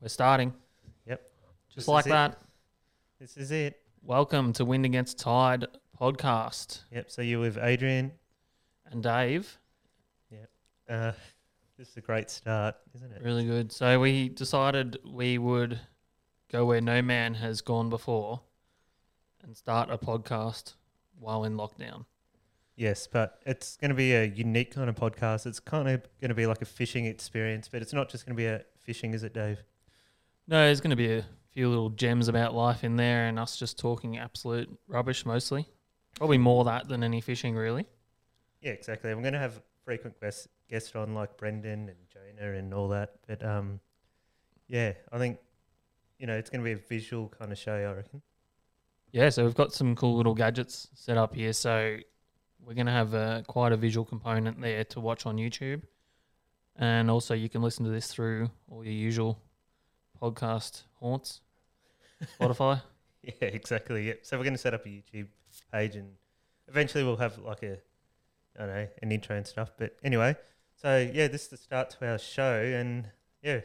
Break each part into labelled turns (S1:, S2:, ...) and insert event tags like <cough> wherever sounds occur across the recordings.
S1: We're starting.
S2: Yep.
S1: Just
S2: This
S1: like
S2: is it.
S1: that.
S2: This is it.
S1: Welcome to Wind Against Tide podcast.
S2: Yep. So you're with Adrian.
S1: And Dave,
S2: Uh, this is a great start, isn't it?
S1: really good. So we decided we would go where no man has gone before and start a podcast while in lockdown.
S2: Yes, but it's going to be a unique kind of podcast. It's kind of going to be like a fishing experience, but it's not just going to be a fishing, is it, Dave?
S1: No, there's going to be a few little gems about life in there and us just talking absolute rubbish mostly. Probably more that than any fishing, really.
S2: Yeah, exactly. I'm going to have frequent guests guests on like Brendan and Jonah and all that. But um, yeah, I think you know it's going to be a visual kind of show. I reckon.
S1: Yeah, so we've got some cool little gadgets set up here. So we're going to have uh quite a visual component there to watch on YouTube. And also, you can listen to this through all your usual podcast haunts, Spotify.
S2: <laughs> Yeah, exactly. Yep. So we're going to set up a YouTube page, and eventually we'll have like a, I don't know, an intro and stuff. But anyway, so yeah, this is the start to our show, and yeah,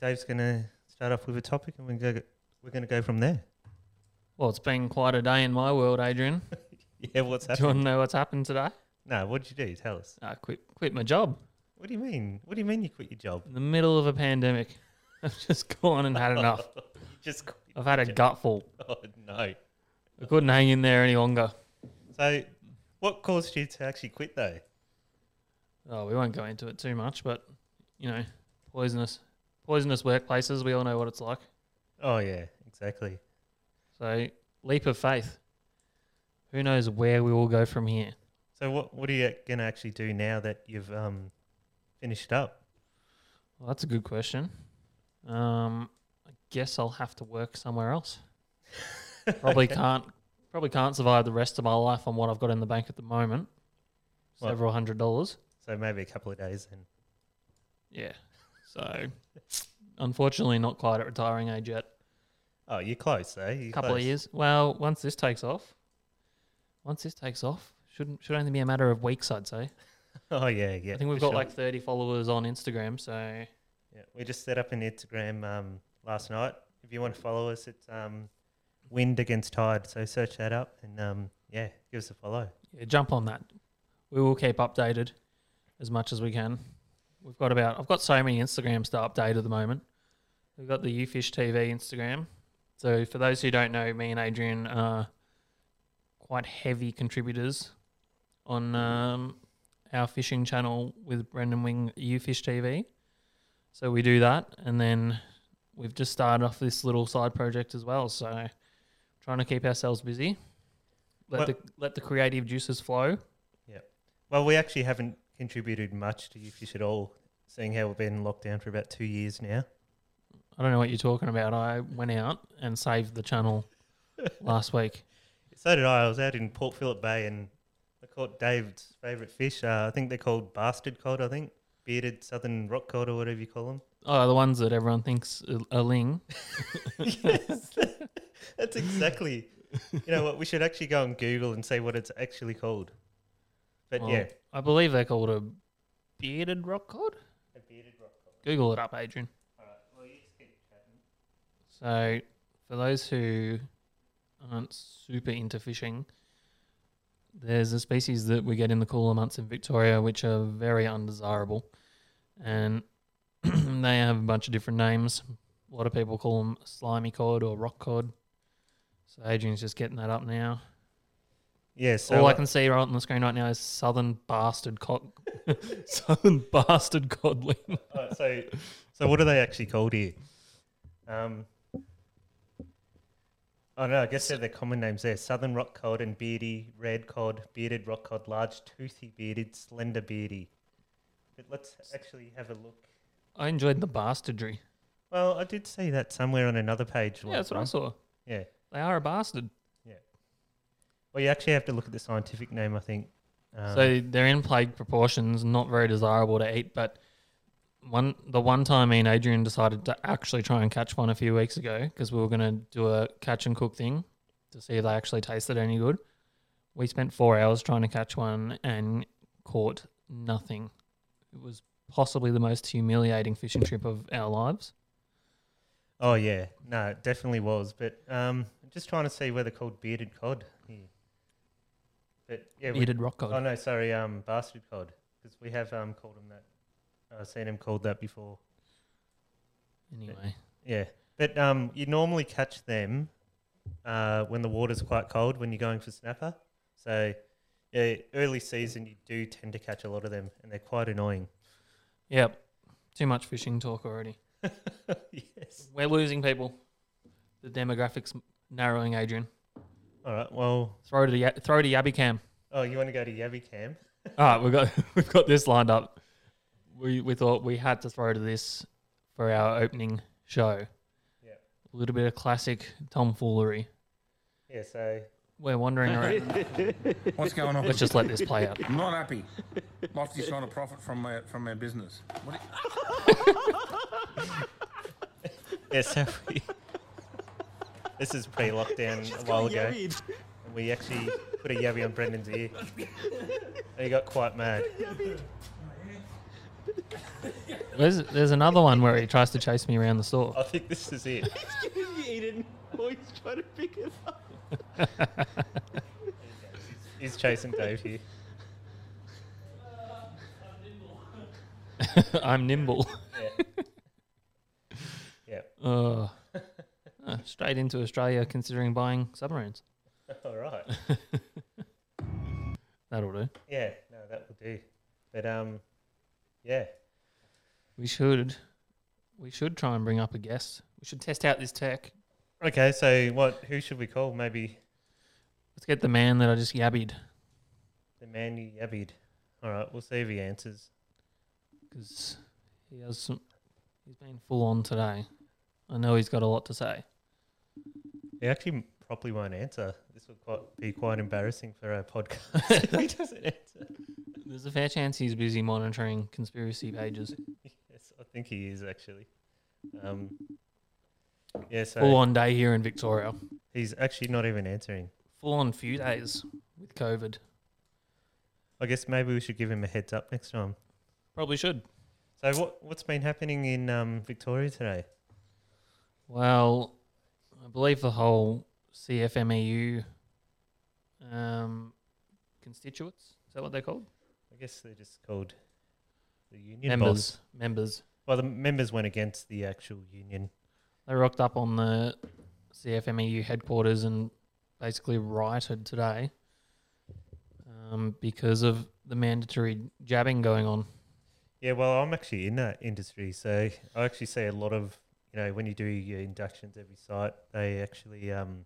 S2: Dave's going to start off with a topic, and we're going to we're going to go from there.
S1: Well, it's been quite a day in my world, Adrian.
S2: <laughs> Yeah, what's
S1: Do you want
S2: happening?
S1: to know what's happened today?
S2: No, what did you do? Tell us.
S1: I quit, quit my job
S2: What do you mean? What do you mean you quit your job?
S1: in the middle of a pandemic. <laughs> I've just gone and had enough.
S2: You just quit.
S1: I've had a gutful.
S2: <laughs> Oh no.
S1: I couldn't hang in there any longer.
S2: So, what caused you to actually quit though?
S1: oh, we won't go into it too much, but you know, poisonous, poisonous workplaces. We all know what it's like.
S2: Oh yeah, exactly.
S1: So leap of faith. Who knows where we will go from here?
S2: So what what are you going to actually do now that you've um finished up?
S1: Well, that's a good question. Um, I guess I'll have to work somewhere else. Probably can't. Probably can't survive the rest of my life on what I've got in the bank at the moment.
S2: Well-
S1: Several hundred dollars.
S2: So maybe a couple of days and
S1: Yeah. So, unfortunately, not quite at retiring age yet.
S2: oh, you're close, eh? you
S1: couple of years. Well, once this takes off, once this takes off, shouldn't should only be a matter of weeks, I'd say.
S2: Oh yeah, yeah.
S1: I think we've got
S2: for sure.
S1: like thirty followers on Instagram, so
S2: yeah. we just set up an Instagram um last night. If you want to follow us, it's um wind against tide. So search that up and um yeah, give us a follow.
S1: yeah, jump on that. We will keep updated as much as we can. We've got about I've got so many Instagrams to update at the moment. We've got the Ufish TV Instagram. So for those who don't know, me and Adrian are quite heavy contributors on um, our fishing channel with Brendan Wing Ufish TV. So we do that, and then we've just started off this little side project as well. So trying to keep ourselves busy, let the let the creative juices flow.
S2: Well, we actually haven't contributed much to you fish at all, seeing how we've been in lockdown for about two years now.
S1: I don't know what you're talking about. I went out and saved the channel last week.
S2: So did I. I was out in Port Phillip Bay and I caught Dave's favourite fish. Uh, I think they're called bastard cod. I think bearded southern rock cod or whatever you
S1: <laughs>
S2: call them. <laughs>
S1: Oh, the ones that everyone thinks are- are ling.
S2: yes, <laughs> that's exactly. You know what? We should actually go and Google and see what it's actually called. But
S1: Well,
S2: yeah,
S1: I believe they're called a bearded rock cod.
S2: a bearded rock cod.
S1: Google it up, Adrian.
S2: All right. Well, you just keep chatting.
S1: So, for those who aren't super into fishing, there's a species that we get in the cooler months in Victoria which are very undesirable. And <clears throat> they have a bunch of different names. A lot of people call them slimy cod or rock cod. So, Adrian's just getting that up now.
S2: Yeah. So
S1: All I
S2: uh,
S1: can see right on the screen right now is southern bastard cod. <laughs> southern bastard codling.
S2: All right, Uh, so, so what are they actually called here? Um, oh no, I guess they're their common names there: Southern rock cod and beardy red cod, bearded rock cod, large toothy bearded, slender beardy. But let's actually have a look.
S1: I enjoyed the bastardry.
S2: Well, I did see that somewhere on another page.
S1: Yeah, that's what I
S2: once,
S1: saw.
S2: right? Yeah.
S1: They are a bastard.
S2: Well, you actually have to look at the scientific name, I think. Um,
S1: So they're in plague proportions, not very desirable to eat. But one, the one time me and Adrian decided to actually try and catch one a few weeks ago because we were going to do a catch and cook thing to see if they actually tasted any good. We spent four hours trying to catch one and caught nothing. It was possibly the most humiliating fishing trip of our lives.
S2: Oh yeah, no, it definitely was. But um, I'm just trying to see whether called bearded cod here. But yeah, we-
S1: Bearded rock cod.
S2: Oh no, sorry, um, bastard cod, because we have um called him that. I've seen him called that before.
S1: Anyway,
S2: Yeah, but um, you normally catch them uh, when the water's quite cold when you're going for snapper. So yeah, early season you do tend to catch a lot of them, and they're quite annoying. <laughs>
S1: yep. Too much fishing talk already.
S2: yes.
S1: We're losing people. The demographics m- narrowing, Adrian.
S2: All right. Well.
S1: Throw to ya- throw to Yabby Cam.
S2: Oh, you want to go to Yabby Cam?
S1: <laughs> All right, we've got <laughs> we've got this lined up. We we thought we had to throw to this for our opening show.
S2: Yeah.
S1: A little bit of classic tomfoolery.
S2: Yeah. So
S1: We're wandering
S2: <laughs>
S1: around.
S3: What's going on?
S1: Let's just let this play out.
S3: I'm not happy. Lofty's trying to profit from our, from our business. What do you-
S2: yeah, so we, <laughs> this is pre-lockdown a while ago. and we actually put a yabby on Brendan's ear. And he got quite mad.
S1: There's there's another one where he tries to chase me around the store.
S2: I think this is it. He's chasing Dave here. <laughs>
S1: <laughs> I'm nimble.
S2: Yeah. Oh.
S1: <laughs>
S2: yeah.
S1: Ugh. Uh, straight into Australia, considering buying submarines.
S2: All right.
S1: That'll do.
S2: Yeah. No, that will do. But um, yeah.
S1: We should we should try and bring up a guest. We should test out this tech.
S2: Okay. So what? Who should we call? Maybe
S1: Let's get the man that I just yabbied.
S2: the man you yabbied. All right. We'll see if he answers.
S1: because he has some. He's been full on today. I know he's got a lot to say.
S2: He actually probably won't answer. This will quite, be quite embarrassing for our podcast. <laughs> if he doesn't answer.
S1: There's a fair chance he's busy monitoring conspiracy pages.
S2: Yes, I think he is actually. Um, yeah. So
S1: Full on day here in Victoria.
S2: he's actually not even answering.
S1: Full on few days with COVID.
S2: I guess maybe we should give him a heads up next time.
S1: Probably should.
S2: So what what's been happening in um, Victoria today?
S1: Well, I believe the whole CFMEU E um, constituents is that what they're called?
S2: I guess they're just called the union
S1: members.
S2: members.
S1: Members.
S2: Well, the members went against the actual union.
S1: They rocked up on the CFMEU E headquarters and basically rioted today um, because of the mandatory jabbing going on.
S2: Yeah, well, I'm actually in that industry, so I actually see a lot of you know when you do your inductions every site, they actually um,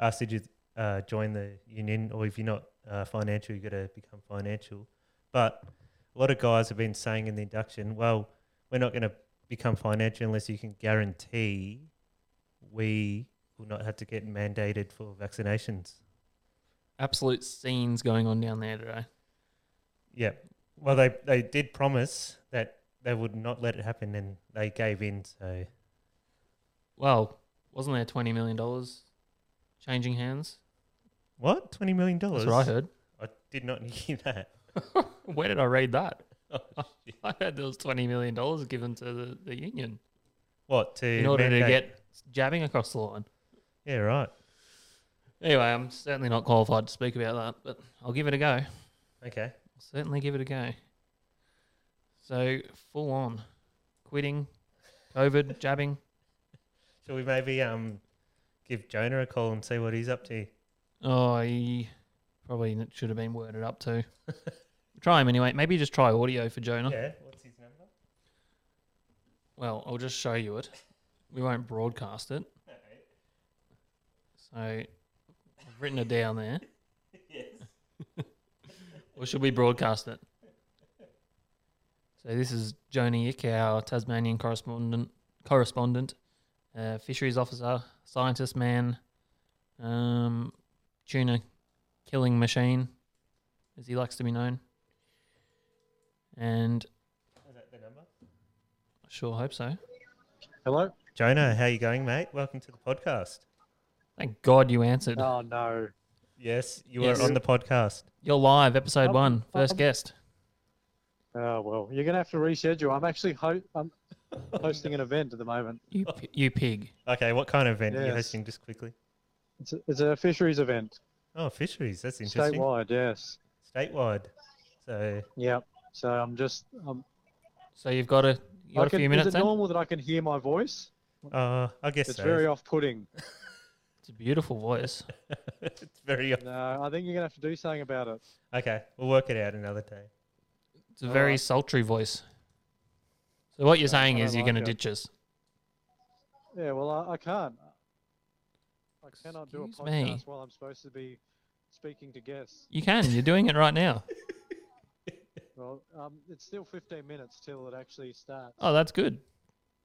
S2: ask you to uh, join the union, or if you're not uh, financial, you got to become financial. But a lot of guys have been saying in the induction, well, we're not going to become financial unless you can guarantee we will not have to get mandated for vaccinations.
S1: Absolute scenes going on down there today.
S2: Yeah. Well, they they did promise that they would not let it happen, and they gave in. So.
S1: Well, wasn't there twenty million dollars changing hands?
S2: What? Twenty million dollars?
S1: That's what I heard.
S2: I did not <laughs> hear that.
S1: Where did I read <laughs> that?
S2: Oh,
S1: I heard there was twenty million dollars given to the, the union
S2: What to
S1: in order to
S2: mandate-
S1: get jabbing across the line.
S2: Yeah, right.
S1: Anyway, I'm certainly not qualified to speak about that, but I'll give it a go.
S2: Okay.
S1: Certainly give it a go. So full on, quitting, COVID, jabbing.
S2: Shall we maybe um give Jonah a call and see what he's up to?
S1: Oh, I probably n- should have been worded up too. try him anyway. Maybe just try audio for Jonah.
S2: Yeah. What's his number?
S1: Well, I'll just show you it. We won't broadcast it. So I've written it down there. or should we broadcast it? So this is Joni Ick, our Tasmanian correspondent, correspondent, uh, fisheries officer, scientist man, um, tuna killing machine, as he likes to be known. And
S2: Is that the number?
S1: I sure hope so.
S4: Hello?
S2: Jonah, how you going, mate? Welcome to the podcast.
S1: Thank God you answered.
S4: Oh, no.
S2: Yes, you
S1: Yes.
S2: are on the podcast.
S1: You're live, episode
S4: Um,
S1: one, first
S4: um,
S1: guest.
S4: Oh, well, you're going to have to reschedule. I'm actually ho- I'm, hosting an event at the moment.
S1: You, pi- you pig.
S2: Okay, what kind of event are you
S4: Yes.
S2: hosting? Just quickly.
S4: It's a, it's a fisheries event,
S2: Oh, fisheries. That's interesting.
S4: statewide. Yes.
S2: Statewide. So
S4: Yep. So I'm just. Um,
S1: So you've got a, you got
S4: I
S1: a
S4: can,
S1: few minutes eh?
S4: is it
S1: then?
S4: normal that I can hear my voice?
S2: uh, I guess
S4: It's
S2: so. <laughs>
S4: very off-putting.
S1: It's a beautiful voice.
S2: it's very off.
S4: No, Uh, I think you're gonna have to do something about it.
S2: Okay, we'll work it out another day.
S1: It's a
S4: All
S1: very
S4: right.
S1: sultry voice. So what you're
S4: Yeah, I
S1: saying
S4: don't
S1: is you're
S4: like
S1: going to
S4: it.
S1: ditch us.
S4: Yeah. Well, I, I can't. I cannot do
S1: Excuse
S4: a
S1: me.
S4: podcast while I'm supposed to be speaking to guests.
S1: You can. You're doing it right
S4: <laughs>
S1: now.
S4: Well, um, it's still 15 minutes till it actually starts.
S1: Oh, that's good.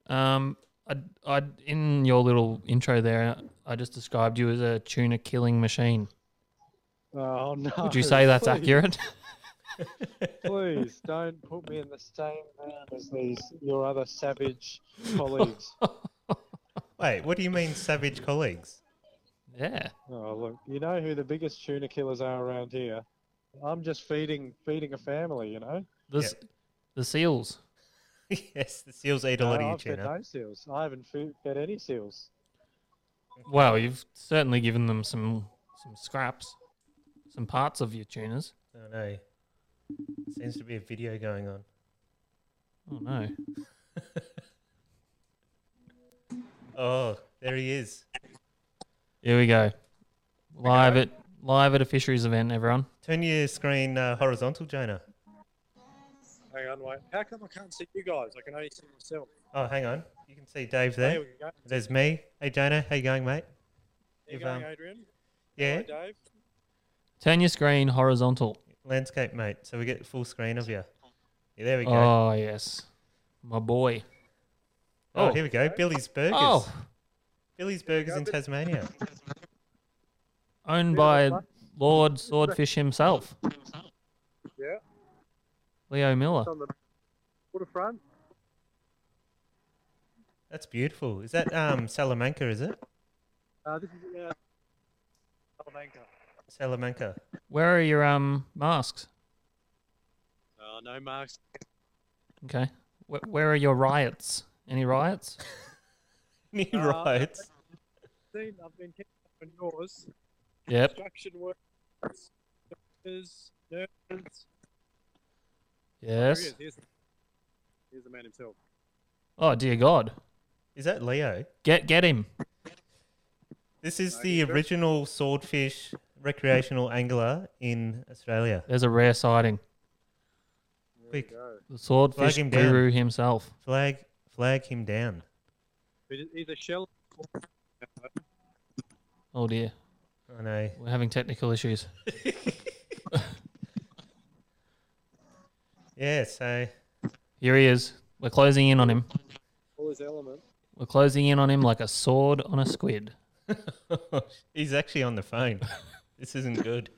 S1: Um, I, I, in your little intro there, I just described you as a tuna killing machine.
S4: Oh no!
S1: Would you say that's
S4: <laughs> please,
S1: accurate? <laughs>
S4: Please don't put me in the same round as these your other savage colleagues.
S2: <laughs> Wait, what do you mean, savage colleagues? <laughs>
S1: yeah.
S4: Oh look, you know who the biggest tuna killers are around here. I'm just feeding feeding a family, you know.
S1: The, s- the seals.
S2: yes, the seals eat a lot
S4: No,
S2: of your
S4: I've fed
S2: tuna.
S4: no seals. I haven't food, fed any seals.
S1: Well, you've certainly given them some some scraps, some parts of your tunas.
S2: Oh no, seems to be a video going on.
S1: Oh no.
S2: Oh, there he is.
S1: Here we go. Live at live at a fisheries event, everyone.
S2: Turn your screen uh, horizontal, Jonah.
S4: Hang on, wait. How come I can't see you guys? I can only see myself.
S2: Oh, hang on. You can see Dave
S4: There
S2: there.
S4: we go.
S2: There's me. Hey, Jonah. How you going, mate?
S4: There you
S2: If,
S4: go,
S2: um,
S4: Adrian.
S2: Yeah.
S4: Hi, Dave.
S1: Turn your screen horizontal.
S2: Landscape, mate. So we get full screen of you. Yeah, there we go. Oh,
S1: Oh yes, my boy. oh.
S2: here we go. Billy's Burgers.
S1: Oh,
S2: Billy's Burgers in Tasmania.
S1: owned
S4: Yeah,
S1: by
S4: that's
S1: Lord Swordfish himself,
S4: Yeah.
S1: Leo Miller.
S4: It's on the waterfront.
S2: That's beautiful. Is that um Salamanca? Is it
S4: Uh, this is uh, Salamanca.
S2: Salamanca?
S1: Where are your um masks?
S4: Uh, no marks.
S1: Okay. Where, where are your riots? Any riots?
S2: <laughs> Any
S4: Uh,
S2: rights?
S4: Seen, I've been keeping up on yours.
S1: Yep.
S4: Construction workers, doctors, nurses. Here he
S1: Yes.
S4: is. Here's, here's the man himself.
S1: Oh dear God.
S2: Is that Leo?
S1: Get get him.
S2: This is
S4: No,
S2: the
S4: he's good.
S2: original swordfish recreational angler in Australia.
S1: There's a rare sighting.
S4: There
S2: Quick.
S4: you go.
S1: The swordfish
S2: him down.
S1: guru himself.
S2: Flag, flag him down.
S4: But it- He's a shell.
S1: Oh dear.
S2: I know.
S1: We're having technical issues.
S2: Yeah. So <laughs>
S1: Here he is. We're closing in on him.
S4: All his element.
S1: We're closing in on him like a sword on a squid.
S2: he's actually on the
S4: <laughs>
S2: phone. This isn't good.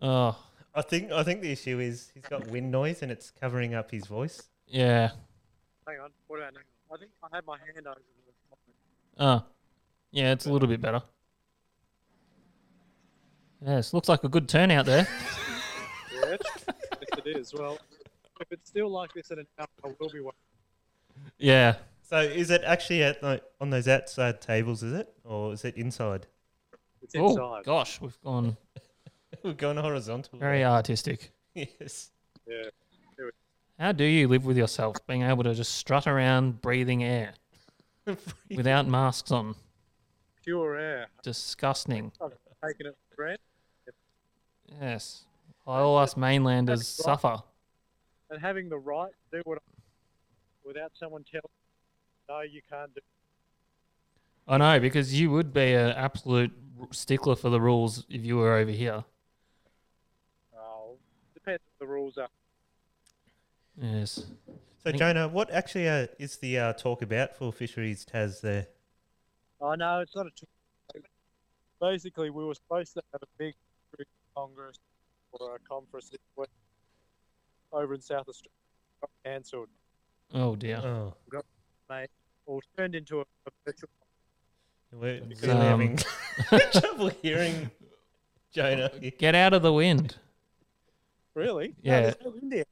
S1: Oh
S2: I think I think the issue is he's got wind noise and it's covering up his voice.
S1: yeah.
S4: Hang on. What about now? I think I had my hand over the phone.
S1: Oh. Yeah, it's a little bit better. Yes, looks like a good turnout
S4: <laughs>
S1: there. <laughs>
S4: Yes. yes, it is. Well, if it's still like this in an hour, I will be waiting.
S1: yeah.
S2: So is it actually at the, on those outside tables? Is it or is it inside? <laughs>
S4: It's
S1: Oh
S4: inside.
S1: gosh, we've gone
S2: We're going horizontal.
S1: very artistic.
S2: <laughs> yes.
S4: Yeah.
S1: How do you live with yourself being able to just strut around breathing air
S4: <laughs>
S1: without masks on?
S4: Pure air.
S1: Disgusting.
S4: Taking it for granted.
S1: Yes. All us mainlanders suffer.
S4: and having the right to do what without someone telling no you can't do
S1: I know, because you would be an absolute r- stickler for the rules if you were over here.
S4: oh depends what the rules are
S1: Yes.
S2: So
S1: Thank-
S2: Jonah, what actually uh, is the uh, talk about for fisheries Taz there?
S4: oh no it's not a t- basically we were supposed to have a big congress or a conference this week over in south australia got cancelled
S1: Oh dear.
S2: Oh,
S4: or turned into a, a virtual
S2: we're
S1: Because,
S2: really having <laughs> trouble hearing Jonah.
S1: Get out of the wind.
S4: really
S1: Yeah.
S4: no, there's no wind here.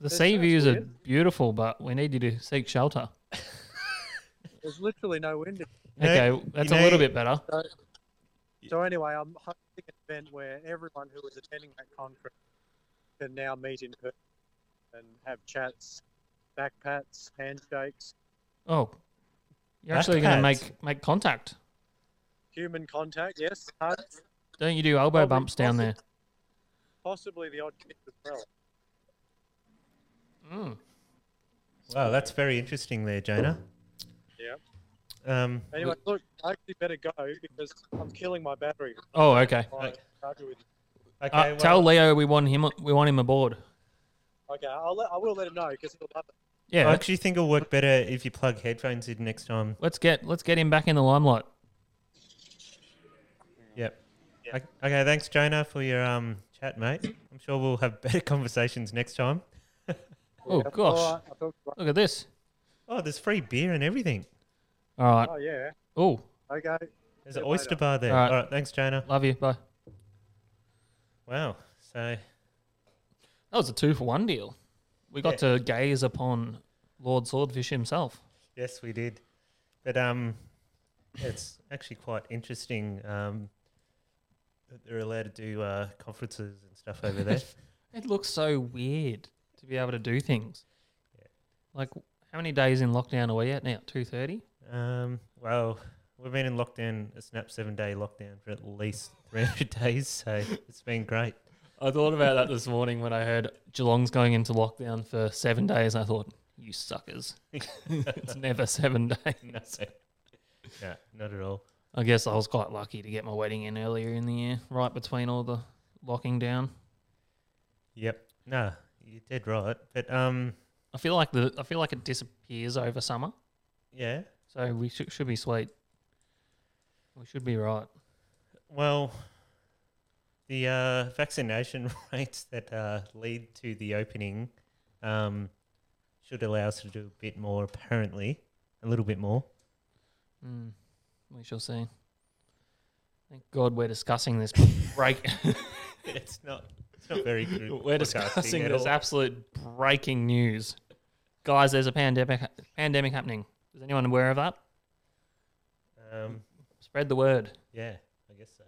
S1: The
S4: That
S1: sea
S4: sounds
S1: views are
S4: weird.
S1: beautiful, but we need you to seek shelter.
S4: There's literally no wind.
S2: No,
S1: okay, that's a
S2: know-
S1: little bit better.
S4: So anyway, I'm hosting an event where everyone who was attending that conference can now meet in person and have chats, backpats, handshakes,
S1: Oh, you're
S2: That's
S1: actually going to
S2: pads.
S1: make make contact.
S4: human contact. Yes, hugs,
S1: Don't you do elbow
S4: Probably
S1: bumps down there?
S4: possibly the odd kick as well.
S1: Mm.
S2: Wow, that's very interesting there, Jonah.
S4: Yeah.
S2: Um,
S4: Anyway, look, I actually better go because I'm killing my battery.
S1: Oh, okay.
S4: My charger with-
S2: okay,
S1: Uh,
S2: well,
S1: tell Leo we want him. We want him aboard.
S4: Okay, I'll let, I will let him know because he'll love it.
S1: Yeah,
S2: I
S1: let's,
S2: actually think it'll work better if you plug headphones in next time.
S1: let's get let's get him back in the limelight.
S2: Yep.
S4: Yeah.
S2: Ok- Okay, thanks, Jonah, for your um, chat, mate. I'm sure we'll have <laughs> better conversations next time.
S1: Oh
S4: Yeah. All
S1: gosh,
S4: right, I'll talk to
S1: look at this.
S2: Oh, there's free beer and everything.
S1: All
S4: you-
S1: right.
S4: Oh yeah.
S1: Oh,
S4: Okay.
S2: There's an
S4: Yeah,
S2: oyster
S4: later.
S2: bar there.
S1: Alright.
S2: All right, thanks, Jonah.
S1: love you. Bye.
S2: Wow. So
S1: That was a two for one deal. We got to gaze upon Lord Swordfish himself.
S2: Yes, we did. But um, it's actually quite interesting um, that they're allowed to do uh, conferences and stuff over there.
S1: It looks so weird to be able to do things. Like, how many days in lockdown are we at now? Two thirty.
S2: um, well, we've been in lockdown, a snap seven day lockdown for at least 300 <laughs> days. So it's been great.
S1: I thought about that this morning when I heard Geelong's going into lockdown for seven days. I thought, you suckers. <laughs> it's never seven <laughs> days.
S2: No, no, not at all.
S1: I guess I was quite lucky to get my wedding in earlier in the year, right between all the locking down.
S2: Yep. No, you're dead right. But um,
S1: I feel like the I feel like it disappears over summer,
S2: yeah.
S1: so we should should be sweet. We should be right.
S2: Well, the uh, vaccination <laughs> rates that uh, lead to the opening um, should allow us to do a bit more, apparently, a little bit more. <laughs>
S1: Mm, we shall see. Thank God we're discussing this <laughs> break.
S2: It's not. It's not very good.
S1: <laughs> we're
S2: podcasting
S1: discussing
S2: at
S1: this
S2: all.
S1: absolute breaking news, guys. There's a pandemic pandemic happening. Is anyone aware of that?
S2: Um,
S1: Spread the word.
S2: yeah, I guess so.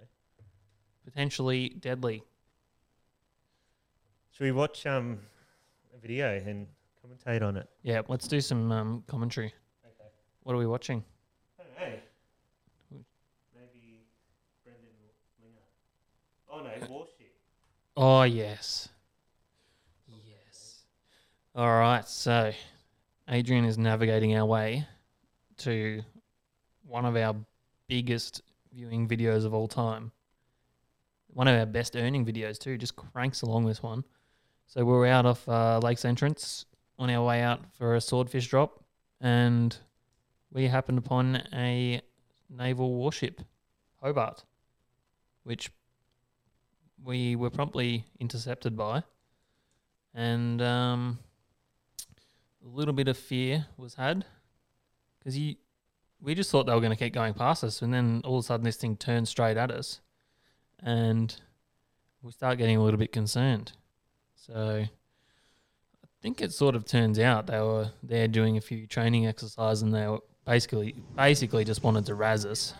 S1: Potentially deadly.
S2: Should we watch um, a video and commentate on it?
S1: Yeah, let's do some um, commentary. What are we watching?
S2: Hey. Maybe Brendan Linger. Oh no, Warship.
S1: Oh yes, yes. All right. So, Adrian is navigating our way to one of our biggest viewing videos of all time. One of our best earning videos too. Just cranks along this one. So we're out off uh, Lake's Entrance on our way out for a swordfish drop, and we happened upon a naval warship, Hobart, which we were promptly intercepted by, and um, a little bit of fear was had because you we just thought they were going to keep going past us, and then all of a sudden this thing turns straight at us, and we start getting a little bit concerned. So I think it sort of turns out they were there doing a few training exercises, and they were basically basically just wanted to razz us.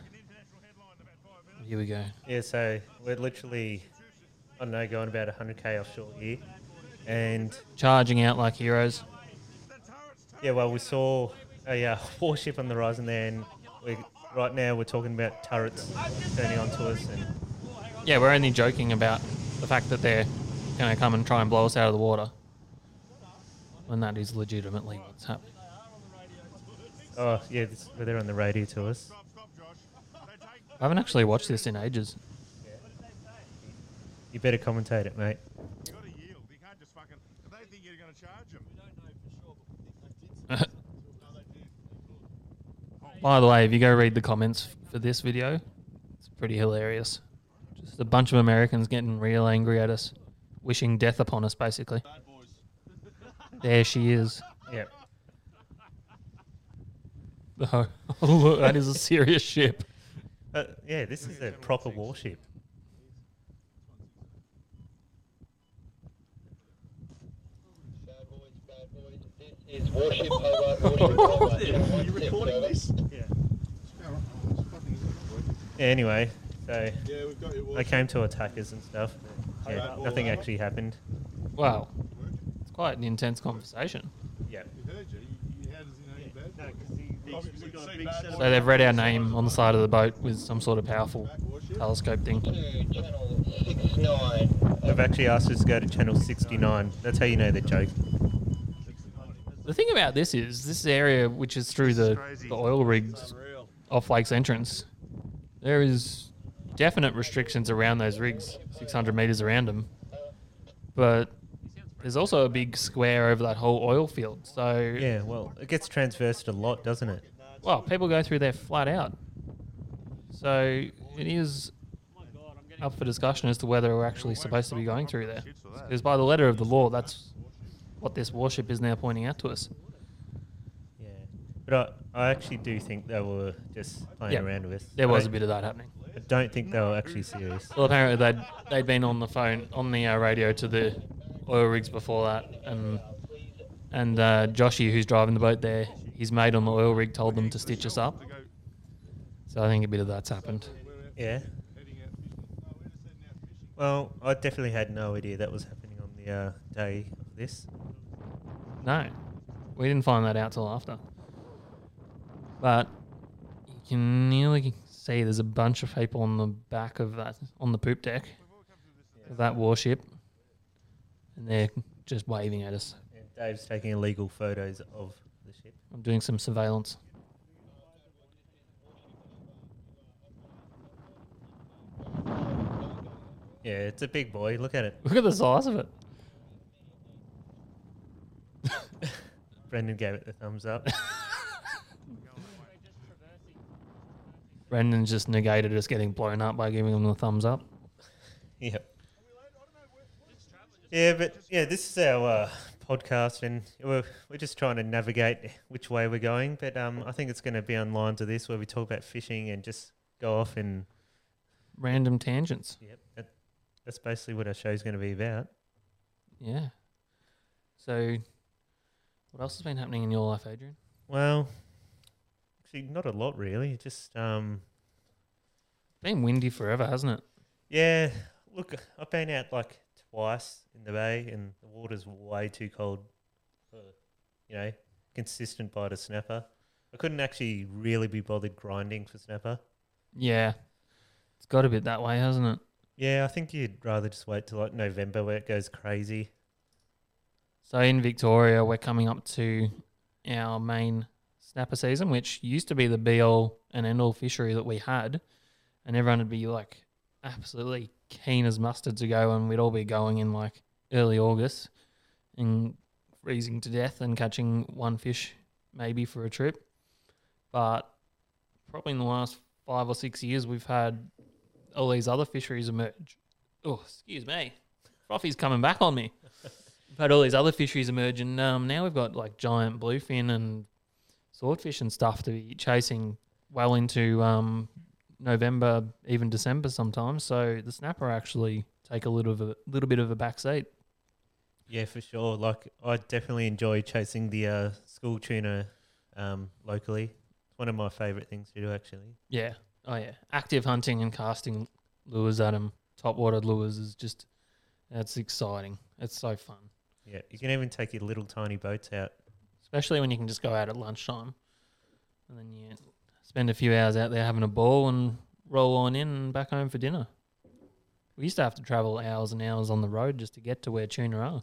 S1: Here we go.
S2: Yeah, so we're literally, I don't know, going about 100k offshore here. And
S1: Charging out like heroes.
S2: yeah, well, we saw a uh, <laughs> warship on the horizon there, and we, right now we're talking about turrets turning onto us. And
S1: Yeah, we're only joking about the fact that they're going to come and try and blow us out of the water. When that is legitimately what's happening.
S2: oh, yeah, this, well, they're on the radio to us.
S5: <laughs>
S1: I haven't actually watched this in ages.
S2: You better commentate it, mate.
S5: You gotta yield. You can't just fucking. If they think you're gonna charge them. We don't know for sure, but we think
S1: <laughs>
S5: they did. no, they did.
S1: By the way, if you go read the comments for this video, it's pretty hilarious. Just a bunch of Americans getting real angry at us, wishing death upon us, basically.
S5: Bad boys.
S1: There she is. <laughs>
S2: Yeah.
S1: Oh, look, that is a serious ship.
S2: Uh, yeah, this is a proper warship.
S5: Bad boys.
S6: is warship Hobart,
S7: <laughs>
S6: warship Hobart, channel one,
S7: you
S6: step
S7: recording
S6: further.
S7: this?
S2: Yeah. yeah anyway, so
S7: Yeah, we've got your
S2: they came to attackers and stuff. but, Yeah,
S7: Alright, well,
S2: nothing
S7: uh,
S2: actually happened.
S1: Wow, it's quite an intense conversation.
S2: Yeah.
S5: heard you. He- he- How does he know you're bad? boy? Obviously
S7: got a
S5: seen
S7: big
S5: bad
S7: set
S5: boy.
S7: of-
S1: So they've read our name on the side of the boat with some sort of powerful
S5: Back warship.
S1: telescope thing.
S6: Two, channel six nine.
S2: They've actually asked us to go to channel 69. That's how you know they're joking.
S1: The thing about this is this area, which is through the,
S5: crazy.
S1: the oil rigs
S7: Unreal.
S1: off Lake's entrance, there is definite restrictions around those rigs, 600 meters around them. But there's also a big square over that whole oil field. So,
S2: Yeah, well, it gets transversed a lot, doesn't it?
S1: well, people go through there flat out. So it is up for discussion as to whether we're actually supposed to be going through there. Because by the letter of the law, that's what this warship is now pointing out to us.
S2: Yeah. But I, I actually do think they were just playing
S1: Yeah,
S2: around with us.
S1: There
S2: I
S1: was a
S2: don't-
S1: bit of that happening.
S2: I don't think they were actually serious.
S1: Well, apparently they'd they'd been on the phone on the uh, radio to the oil rigs before that, and and uh, Joshy, who's driving the boat there, his mate on the oil rig told them to stitch us up. So I think a bit of that's happened.
S2: Yeah. Well, I definitely had no idea that was happening on the uh, day of this.
S1: No, we didn't find that out till after. But you can nearly see there's a bunch of people on the back of that on the poop deck of that warship, and they're just waving at us.
S2: And Dave's taking illegal photos of the ship.
S1: I'm doing some surveillance.
S2: Yeah, it's a big boy. Look at it.
S1: Look at the size of it.
S2: Brendan gave it the thumbs up. <laughs>
S1: Brendan just negated us getting blown up by giving him the thumbs up.
S2: yep. Yeah, but yeah, this is our uh, podcast, and we're, we're just trying to navigate which way we're going. But um, I think it's going to be on lines of this where we talk about fishing and just go off and
S1: Random tangents.
S2: yep, that, that's basically what our show's going to be about.
S1: Yeah. So, what else has been happening in your life, Adrian?
S2: Well, actually, not a lot really. Just um,
S1: It's been windy forever, hasn't it?
S2: yeah. Look, I've been out like twice in the bay, and the water's way too cold. For, you know, consistent bite of snapper. I couldn't actually really be bothered grinding for snapper.
S1: Yeah. It's got a bit that way, hasn't it?
S2: Yeah, I think you'd rather just wait till like November where it goes crazy.
S1: So, in Victoria, we're coming up to our main snapper season, which used to be the be all and end all fishery that we had. And everyone would be like absolutely keen as mustard to go. And we'd all be going in like early August and freezing to death and catching one fish maybe for a trip. But probably in the last five or six years, we've had all these other fisheries emerge. Oh, excuse me. Frothy's coming back on me. We've had all these other fisheries emerge, and um, now we've got like giant bluefin and swordfish and stuff to be chasing well into um, November, even December sometimes. So the snapper actually take a little of a little bit of a back seat.
S2: Yeah, for sure. Like I definitely enjoy chasing the uh, school tuna um, locally. It's one of my favourite things to do actually.
S1: Yeah. Oh yeah. Active hunting and casting lures at them, top water lures is just that's exciting. It's so fun,
S2: Yeah, you can even take your little tiny boats out.
S1: especially when you can just go out at lunchtime, and then you spend a few hours out there having a ball and roll on in and back home for dinner. We used to have to travel hours and hours on the road just to get to where tuna are.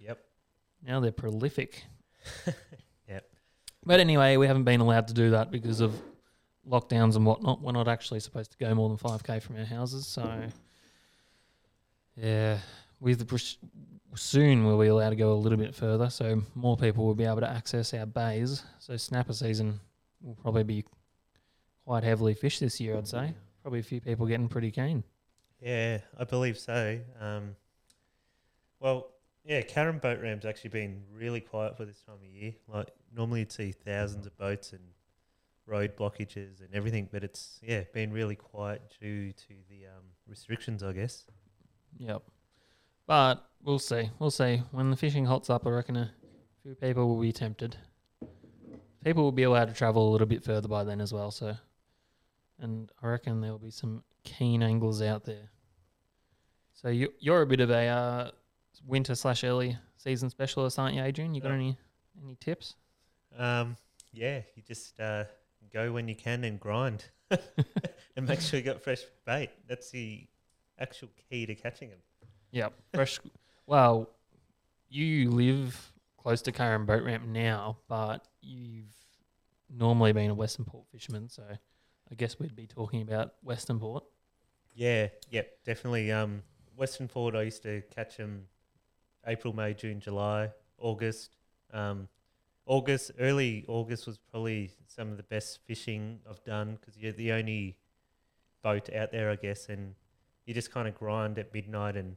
S2: Yep.
S1: Now they're prolific.
S2: Yep.
S1: But anyway, we haven't been allowed to do that because of lockdowns and whatnot. We're not actually supposed to go more than 5K from our houses. So, yeah, with pres- soon we'll be allowed to go a little bit further. So, more people will be able to access our bays. So, snapper season will probably be quite heavily fished this year, I'd say. Probably a few people getting pretty keen.
S2: Yeah, I believe so. Um, well, yeah, Karen boat ram's actually been really quiet for this time of year. Like normally you'd see thousands of boats and road blockages and everything, but it's yeah been really quiet due to the um, restrictions, I guess.
S1: Yep. But we'll see. We'll see. When the fishing hots up, I reckon a few people will be tempted. People will be allowed to travel a little bit further by then as well. So, and I reckon there will be some keen angles out there. So you, you're a bit of a uh, winter slash early season specialist, aren't you, Adrian? You got
S2: Yeah.
S1: any any tips?
S2: Um, yeah, you just uh, go when you can and grind, <laughs> and make sure you got fresh bait. That's the actual key to catching them.
S1: Yep. Fresh. well, you live close to Curran Boat Ramp now, but you've normally been a Western Port fisherman, so I guess we'd be talking about Western Port.
S2: Yeah, yep, definitely. Um, Western Ford, I used to catch them April, May, June, July, August. Um, August, early August was probably some of the best fishing I've done because you're the only boat out there, I guess, and you just kind of grind at midnight and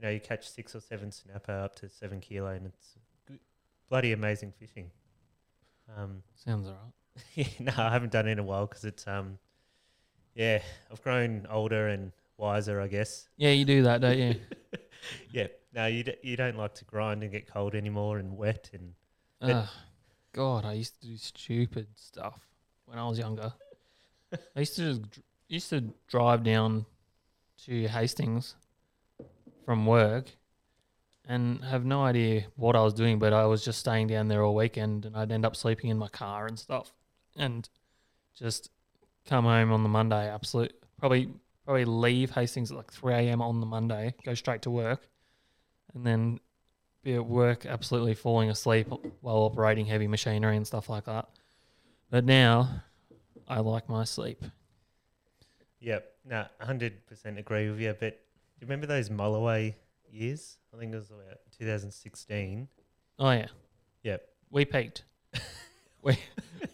S2: you know you catch six or seven snapper up to seven kilo, and it's good, bloody amazing fishing. Um,
S1: Sounds all right.
S2: <laughs> yeah, no, I haven't done it in a while because it's um, yeah, I've grown older and wiser, I guess.
S1: Yeah, you do that, don't you?
S2: Yeah, no, you d- you don't like to grind and get cold anymore and wet and But-
S1: Ugh, God, I used to do stupid stuff when I was younger. I used to just, dr- used to drive down to Hastings from work and have no idea what I was doing, but I was just staying down there all weekend, and I'd end up sleeping in my car and stuff, and just come home on the Monday. Absolute, probably probably leave Hastings at like three a.m. on the Monday, go straight to work, and then be at work absolutely falling asleep while operating heavy machinery and stuff like that. But now I like my sleep.
S2: yep, no, hundred percent agree with you. But do you remember those Mulloway years? I think it was about 2016.
S1: Oh yeah,
S2: Yep,
S1: we peaked. <laughs> we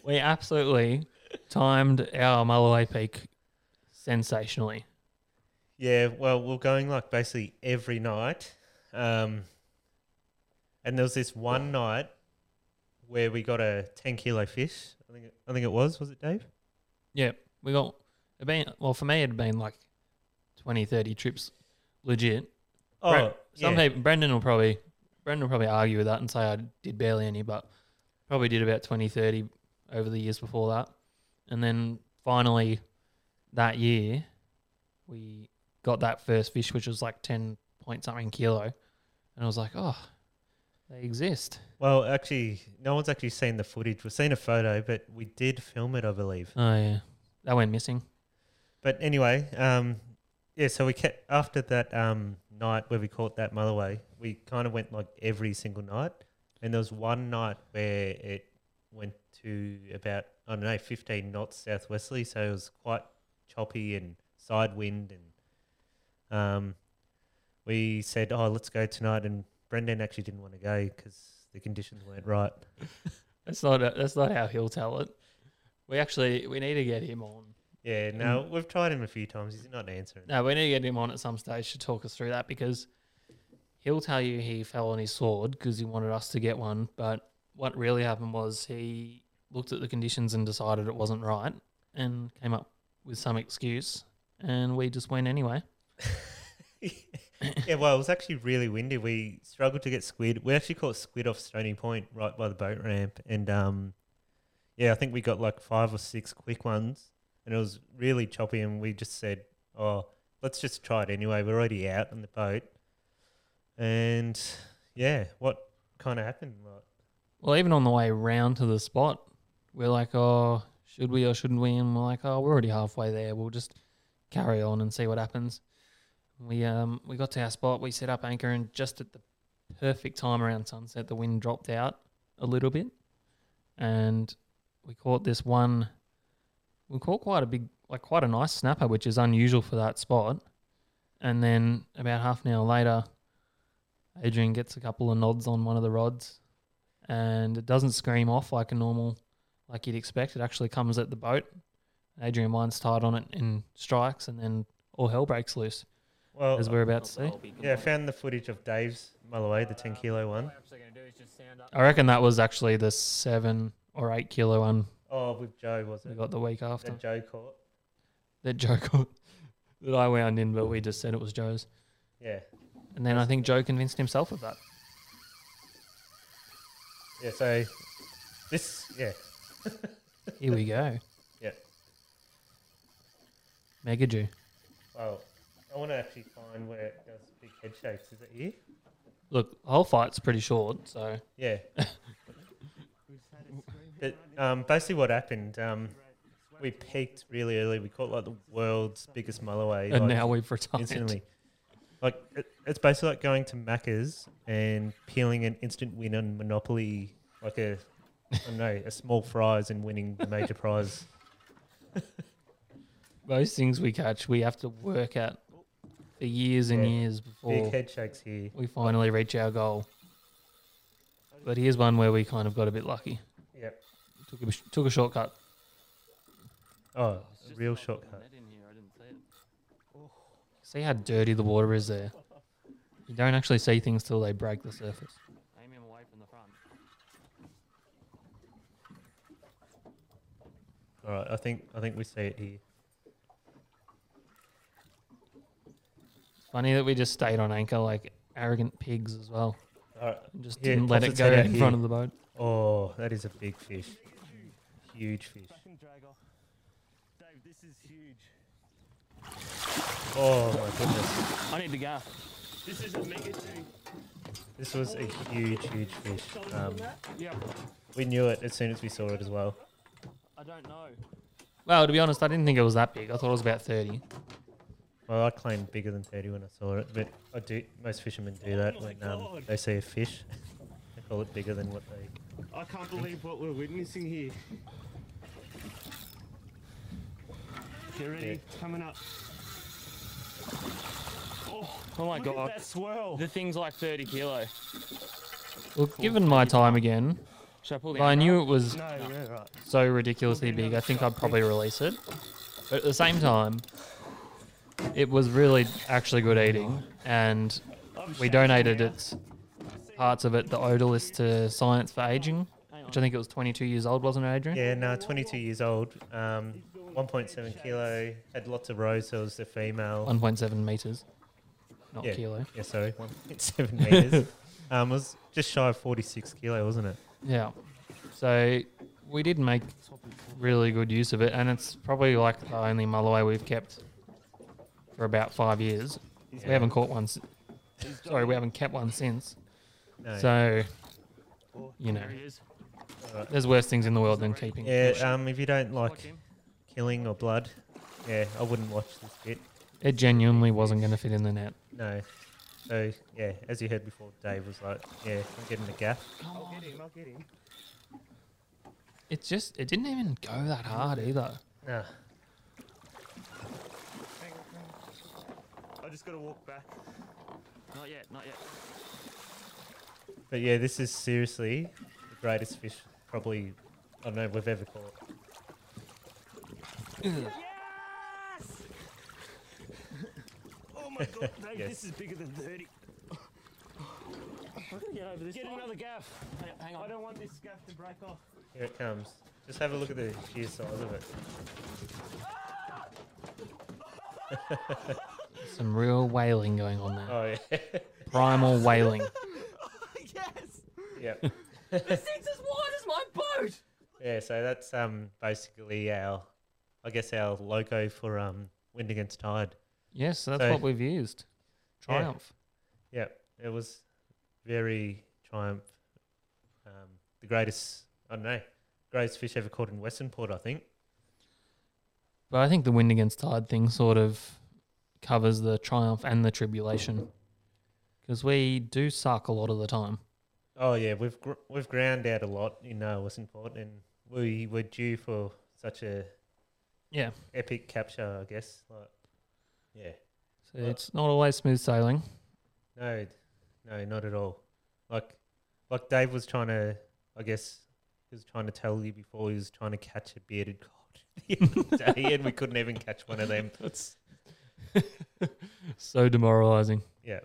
S1: we absolutely timed our Mulloway peak sensationally.
S2: Yeah, well, we're going like basically every night. Um, and there was this one night where we got a 10 kilo fish. I think, I think it was, was it Dave?
S1: Yeah, we got it been well for me it'd been like 20, 30 trips legit.
S2: Oh,
S1: Bra- some
S2: yeah.
S1: people Brendan will probably Brendan will probably argue with that and say I did barely any, but probably did about 20, 30 over the years before that. And then finally that year we got that first fish which was like ten point something kilo. And I was like, Oh, they exist.
S2: Well, actually, no one's actually seen the footage. We've seen a photo, but we did film it, I believe.
S1: Oh yeah. That went missing.
S2: But anyway, um, yeah, so we kept after that um, night where we caught that Mulloway, we kind of went like every single night. And there was one night where it went to about, I don't know, 15 knots southwesterly. So it was quite choppy and side wind. And um, we said, oh, let's go tonight. And Brendan actually didn't want to go because the conditions weren't right.
S1: That's not that's not how he'll tell it. We actually we need to get him on.
S2: Yeah, no, we've tried him a few times. He's not answering.
S1: Mm. No, uh, we need to get him on at some stage to talk us through that because he'll tell you he fell on his sword because he wanted us to get one. But what really happened was he looked at the conditions and decided it wasn't right and came up with some excuse. And we just went anyway.
S2: yeah, well, it was actually really windy. We struggled to get squid. We actually caught squid off Stony Point, right by the boat ramp, and um, yeah, I think we got like five or six quick ones, and it was really choppy. And we just said, "Oh, let's just try it anyway." We're already out on the boat, and yeah, what kind of happened? Like,
S1: Well, even on the way round to the spot, we're like, oh, should we or shouldn't we? And we're like, oh, we're already halfway there. We'll just carry on and see what happens. We um we got to our spot. We set up anchor, and just at the perfect time around sunset, the wind dropped out a little bit, and we caught this one. We caught quite a big, like quite a nice snapper, which is unusual for that spot. And then about half an hour later, Adrian gets a couple of nods on one of the rods, and it doesn't scream off like a normal, like you'd expect. It actually comes at the boat. Adrian winds tight on it and strikes, and then all hell breaks loose,
S2: well,
S1: as we're about to see.
S2: yeah, I found the footage of Dave's Mulloway, the ten kilo one.
S1: I reckon that was actually the seven or eight kilo one
S2: Oh, with Joe was
S1: we
S2: it?
S1: got the week after
S2: That Joe caught.
S1: that Joe <laughs> got, that I wound in, but we just said it was Joe's.
S2: Yeah.
S1: And then I think Joe convinced himself of that.
S2: Yeah, so this, yeah,
S1: Here we go.
S2: yeah.
S1: Mega Jew.
S2: Well, I want to actually find where it does big head shakes. Is it here?
S1: Look, the whole fight's pretty short, so
S2: Yeah. but um, basically, what happened? Um, we peaked really early. We caught like the world's biggest mulloway.
S1: and
S2: like,
S1: now we've retired.
S2: instantly. Like it, it's basically like going to Macca's and peeling an instant win on Monopoly, like a I don't know, a small prize and winning the
S1: <laughs>
S2: major prize.
S1: Most things we catch, we have to work at for years and
S2: Yeah.
S1: years
S2: Big
S1: before
S2: head shakes here.
S1: we finally reach our goal. But here's one where we kind of got a bit lucky.
S2: Yep.
S1: Took a, took a shortcut.
S2: Oh, a real shortcut.
S1: See how dirty the water is there. You don't actually see things till they break the surface.
S7: Aim him away from the front.
S2: All right, I think I think we see it here.
S1: Funny that we just stayed on anchor like arrogant pigs as well.
S2: All right.
S1: And just
S2: Yeah,
S1: didn't let
S2: pops
S1: it
S2: its
S1: go
S2: head out
S1: in front
S2: here.
S1: of the boat.
S2: Oh, that is a big fish. Huge fish.
S7: Dave, this is huge.
S2: Oh my goodness.
S7: I need to go. This is a mega two.
S2: This was a huge, huge fish. Um,
S7: Yeah,
S2: we knew it as soon as we saw it as well.
S7: I don't know.
S1: Well, to be honest, I didn't think it was that big. I thought it was about 30.
S2: Well, I claimed bigger than 30 when I saw it, but I do. Most fishermen do that when um, they see a fish. <laughs> they call it bigger than what they.
S7: I can't believe what we're witnessing here. Get ready, coming up. Oh,
S1: Oh my
S7: look
S1: God.
S7: at that swirl. The thing's like 30 kilo.
S1: Well, given my time again,
S7: Should I pull the
S1: but I
S7: anchor
S1: knew
S7: up?
S1: it was
S7: No, yeah, right.
S1: so ridiculously big, I think I'd probably release it. But at the same time, it was really actually good eating, and we donated its parts of it, the odorless, to Science for Aging, which I think it was 22 years old, wasn't it, Adrian?
S2: Yeah, no, 22 years old, um, 1.7 kilo, had lots of rows, so it was the female.
S1: 1.7 meters, not
S2: yeah.
S1: kilo.
S2: Yeah, sorry, 1.7
S1: <laughs>
S2: meters. um, it was just shy of 46 kilo, wasn't it?
S1: Yeah. So we did make really good use of it, and it's probably like the only mulloway we've kept for about five years. We haven't caught one. s- Sorry, we haven't kept one since.
S2: No.
S1: So, you know,
S7: Oh, There he is.
S1: there's worse things in the world than keeping.
S2: yeah, um, if you don't
S7: Watch
S2: like
S7: him.
S2: killing or blood, yeah, I wouldn't watch this bit.
S1: It genuinely wasn't going to fit in the net.
S2: No. So yeah, as you heard before, Dave was like, "Yeah, I'm getting the gaff." I'll get him. I'll get him.
S1: It's just, it didn't even go that hard either.
S2: Nah.
S7: I just gotta walk back. Not yet, not yet.
S2: But yeah, this is seriously the greatest fish probably I don't know we've ever caught.
S7: Yes! oh my god, Dave,
S2: Yes.
S7: this is bigger than 30. I'm gonna get over this. Get another gaff. Hang, on. I don't want this gaff to break off.
S2: Here it comes. Just have a look at the sheer size of it.
S1: Some real whaling going on there.
S2: Oh yeah. <laughs>
S1: Primal whaling.
S7: yes!
S2: yep.
S7: This thing's as wide as my boat!
S2: Yeah. So that's um basically our, I guess our logo for um wind against tide.
S1: Yes, that's
S2: So-
S1: what we've used.
S2: Yeah.
S1: Triumph.
S2: Yep. It was very triumph. Um, the greatest I don't know, greatest fish ever caught in Western Port, I think.
S1: But I think the wind against tide thing sort of covers the triumph and the tribulation. Because we do suck a lot of the time.
S2: Oh yeah, we've gr- we've ground out a lot in uh, Western Port, and we were due for such a
S1: Yeah.
S2: epic capture, I guess. Like, yeah,
S1: So it's not always smooth sailing.
S2: no, d- no, not at all. Like, like Dave was trying to, I guess, he was trying to tell you before he was trying to catch a bearded <laughs> cod at the end of the day, and we couldn't even catch one of them.
S1: That's <laughs> so demoralizing.
S2: Yeah,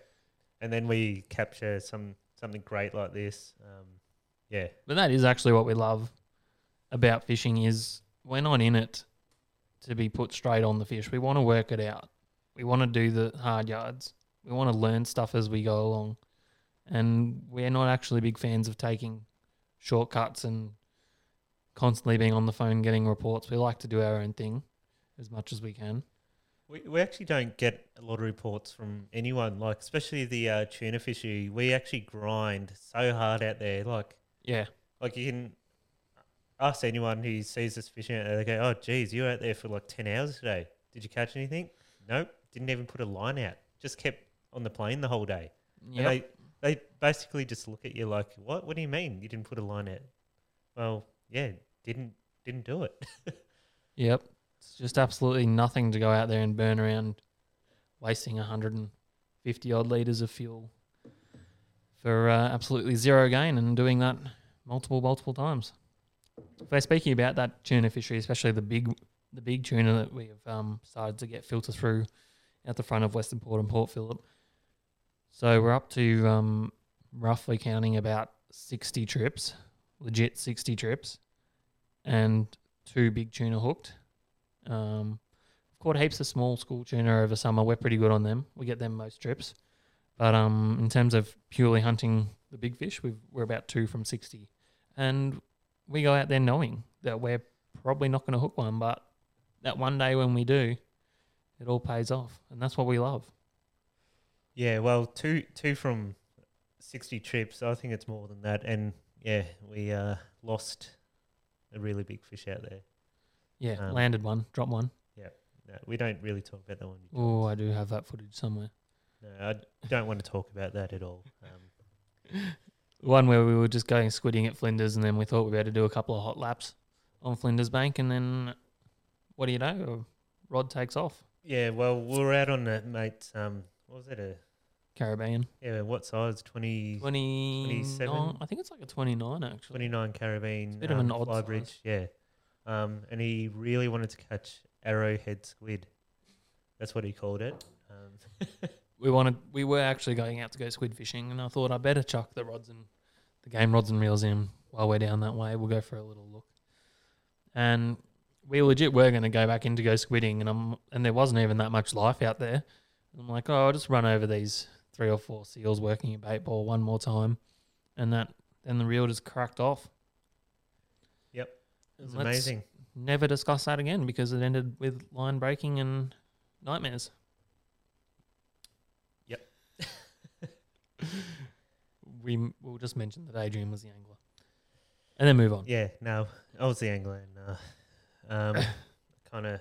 S2: and then we capture some something great like this. Um, yeah,
S1: But that is actually what we love about fishing is we're not in it to be put straight on the fish. We want to work it out. We want to do the hard yards. We want to learn stuff as we go along. And we're not actually big fans of taking shortcuts and constantly being on the phone getting reports. We like to do our own thing as much as we can.
S2: We, we actually don't get a lot of reports from anyone, like especially the uh, tuna fishery. We actually grind so hard out there. Like,
S1: Yeah.
S2: like you can ask anyone who sees us fishing out there, they go, "Oh, geez, you were out there for like ten hours today. Did you catch anything? Nope. Didn't even put a line out. Just kept on the plane the whole day."
S1: Yep.
S2: And they they basically just look at you like, "What? What do you mean you didn't put a line out?" Well, yeah, didn't didn't do it. <laughs>
S1: Yep. It's just absolutely nothing to go out there and burn around wasting 150 odd litres of fuel for uh, absolutely zero gain and doing that multiple, multiple times. If we're speaking about that tuna fishery, especially the big the big tuna that we have um, started to get filter through at the front of Western Port and Port Phillip. So we're up to um, roughly counting about 60 trips, legit 60 trips. And two big tuna hooked. Um, I've caught heaps of small school tuna over summer. We're pretty good on them. We get them most trips. But um, in terms of purely hunting the big fish, we've, we're about two from 60. And we go out there knowing that we're probably not going to hook one, but that one day when we do, it all pays off. And that's what we love.
S2: Yeah, well, two two from sixty trips. I think it's more than that. And yeah, we uh, lost a really big fish out there.
S1: Yeah,
S2: Um,
S1: landed one, dropped one.
S2: No, we don't really talk about that one.
S1: Oh, I do have that footage somewhere.
S2: No, I don't want to talk about that at all. Um,
S1: One where we were just going squidding at Flinders, and then we thought we better do a couple of hot laps on Flinders Bank, and then what do you know? A Rod takes off.
S2: yeah, well, we were out on a mate. Um, what was it? A
S1: Caribbean
S2: yeah, what size? 20,
S1: 29.
S2: 27?
S1: I think it's like a 29 actually.
S2: 29 carabine.
S1: bit of
S2: um,
S1: an odd
S2: fly
S1: size.
S2: bridge. Yeah, um, and he really wanted to catch arrowhead squid. That's what he called it. Um,
S1: We wanted. We were actually going out to go squid fishing, and I thought I better chuck the rods and the game rods and reels in while we're down that way. We'll go for a little look. And we legit were going to go back in to go squidding, and I'm and there wasn't even that much life out there. I'm like, oh, I'll just run over these three or four seals working a bait ball one more time, and that then the reel just cracked off.
S2: yep, it was
S1: Let's
S2: amazing.
S1: Never discuss that again because it ended with line breaking and nightmares.
S2: Yep.
S1: <laughs> we m- we'll just mention that Adrian was the angler, and then move on.
S2: Yeah, no, I was the angler and uh, um, <coughs> kind of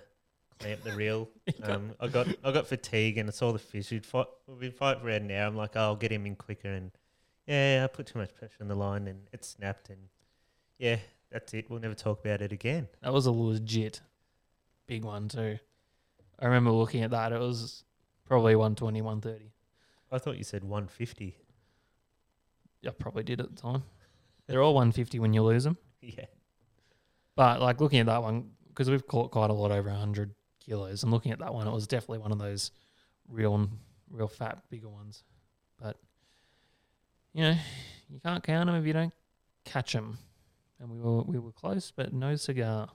S2: clamped the reel.
S1: <laughs>
S2: Um, I got I got fatigue and I saw the fish. We'd fight, we'd been fighting for an hour. I'm like, oh, I'll get him in quicker. And yeah, I put too much pressure on the line and it snapped. And yeah, that's it. We'll never talk about it again.
S1: That was a legit big one too. I remember looking at that; it was probably 120, 130.
S2: I thought you said 150.
S1: I probably did at the time. They're all 150 when you lose them.
S2: <laughs> Yeah,
S1: But like looking at that one, because we've caught quite a lot over 100 kilos, and looking at that one, it was definitely one of those real, real fat, bigger ones. But you know, you can't count them if you don't catch them. And we were we were close, but no cigar.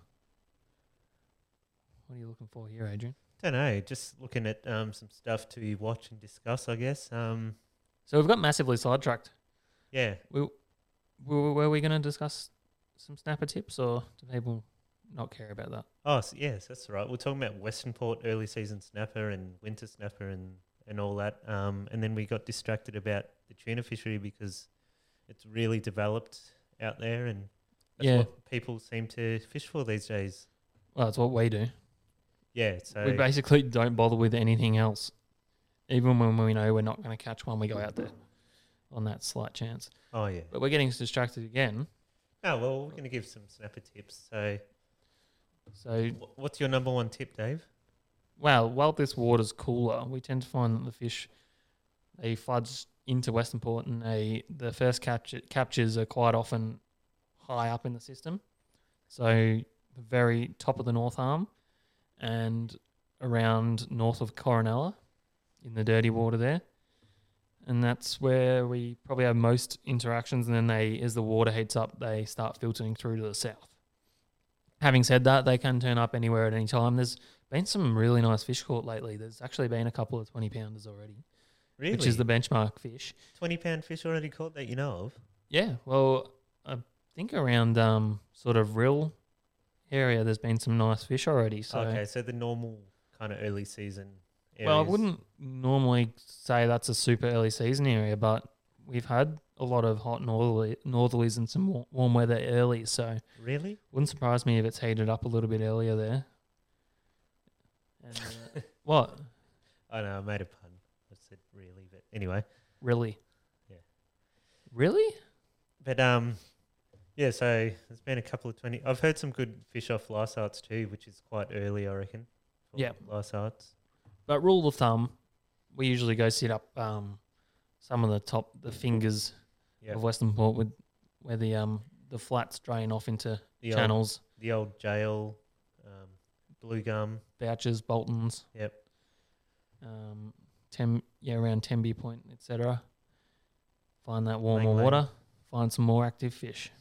S1: What are you looking for here, Adrian?
S2: don't know. Just looking at um, some stuff to watch and discuss, I guess. Um,
S1: So we've got massively sidetracked.
S2: yeah,
S1: We, were, were we going to discuss some snapper tips, or do people not care about that?
S2: Oh, s yes, that's right. We're talking about Western Port early season snapper and winter snapper and, and all that. Um, and then we got distracted about the tuna fishery because it's really developed out there and that's
S1: Yeah.
S2: what people seem to fish for these days.
S1: Well, it's what we do.
S2: Yeah, so
S1: we basically don't bother with anything else. Even when we know we're not going to catch one, we go out there on that slight chance.
S2: oh yeah.
S1: But we're getting distracted again.
S2: Oh well, we're going to give some snapper tips. So,
S1: So,
S2: wh- what's your number one tip, Dave?
S1: well, while this water's cooler, we tend to find that the fish they floods into Western Port and they the first catch captures are quite often high up in the system. So the very top of the North Arm and around north of Coronella in the dirty water there. And that's where we probably have most interactions and then they as the water heats up they start filtering through to the south. Having said that, they can turn up anywhere at any time. There's been some really nice fish caught lately. There's actually been a couple of twenty pounders already
S2: Really,
S1: which is the benchmark fish.
S2: twenty pound fish already caught that you know of?
S1: Yeah, well, I think around um sort of real area, there's been some nice fish already. So,
S2: okay, so the normal kind of early season. Areas.
S1: well, I wouldn't normally say that's a super early season area, but we've had a lot of hot northerly, northerlies and some wa- warm weather early. So,
S2: really.
S1: wouldn't surprise me if it's heated up a little bit earlier there. And,
S2: <laughs>
S1: uh, what
S2: I know I made a pun. I said really, but anyway.
S1: really?
S2: Yeah.
S1: Really?
S2: But um, yeah. So there's been a couple of twenty. I've heard some good fish off Lysarts too, which is quite early, I reckon. for
S1: Yeah.
S2: Lysarts.
S1: But rule of thumb, we usually go sit up um, some of the top the fingers
S2: Yeah.
S1: of Western Port with where the um the flats drain off into
S2: The old-
S1: channels,
S2: The old jail, um, blue gum.
S1: Bouchers, Boltons,
S2: Yep.
S1: um, Tem yeah around Temby Point, etc. Find that warmer
S2: Lang Lang.
S1: water, find some more active fish,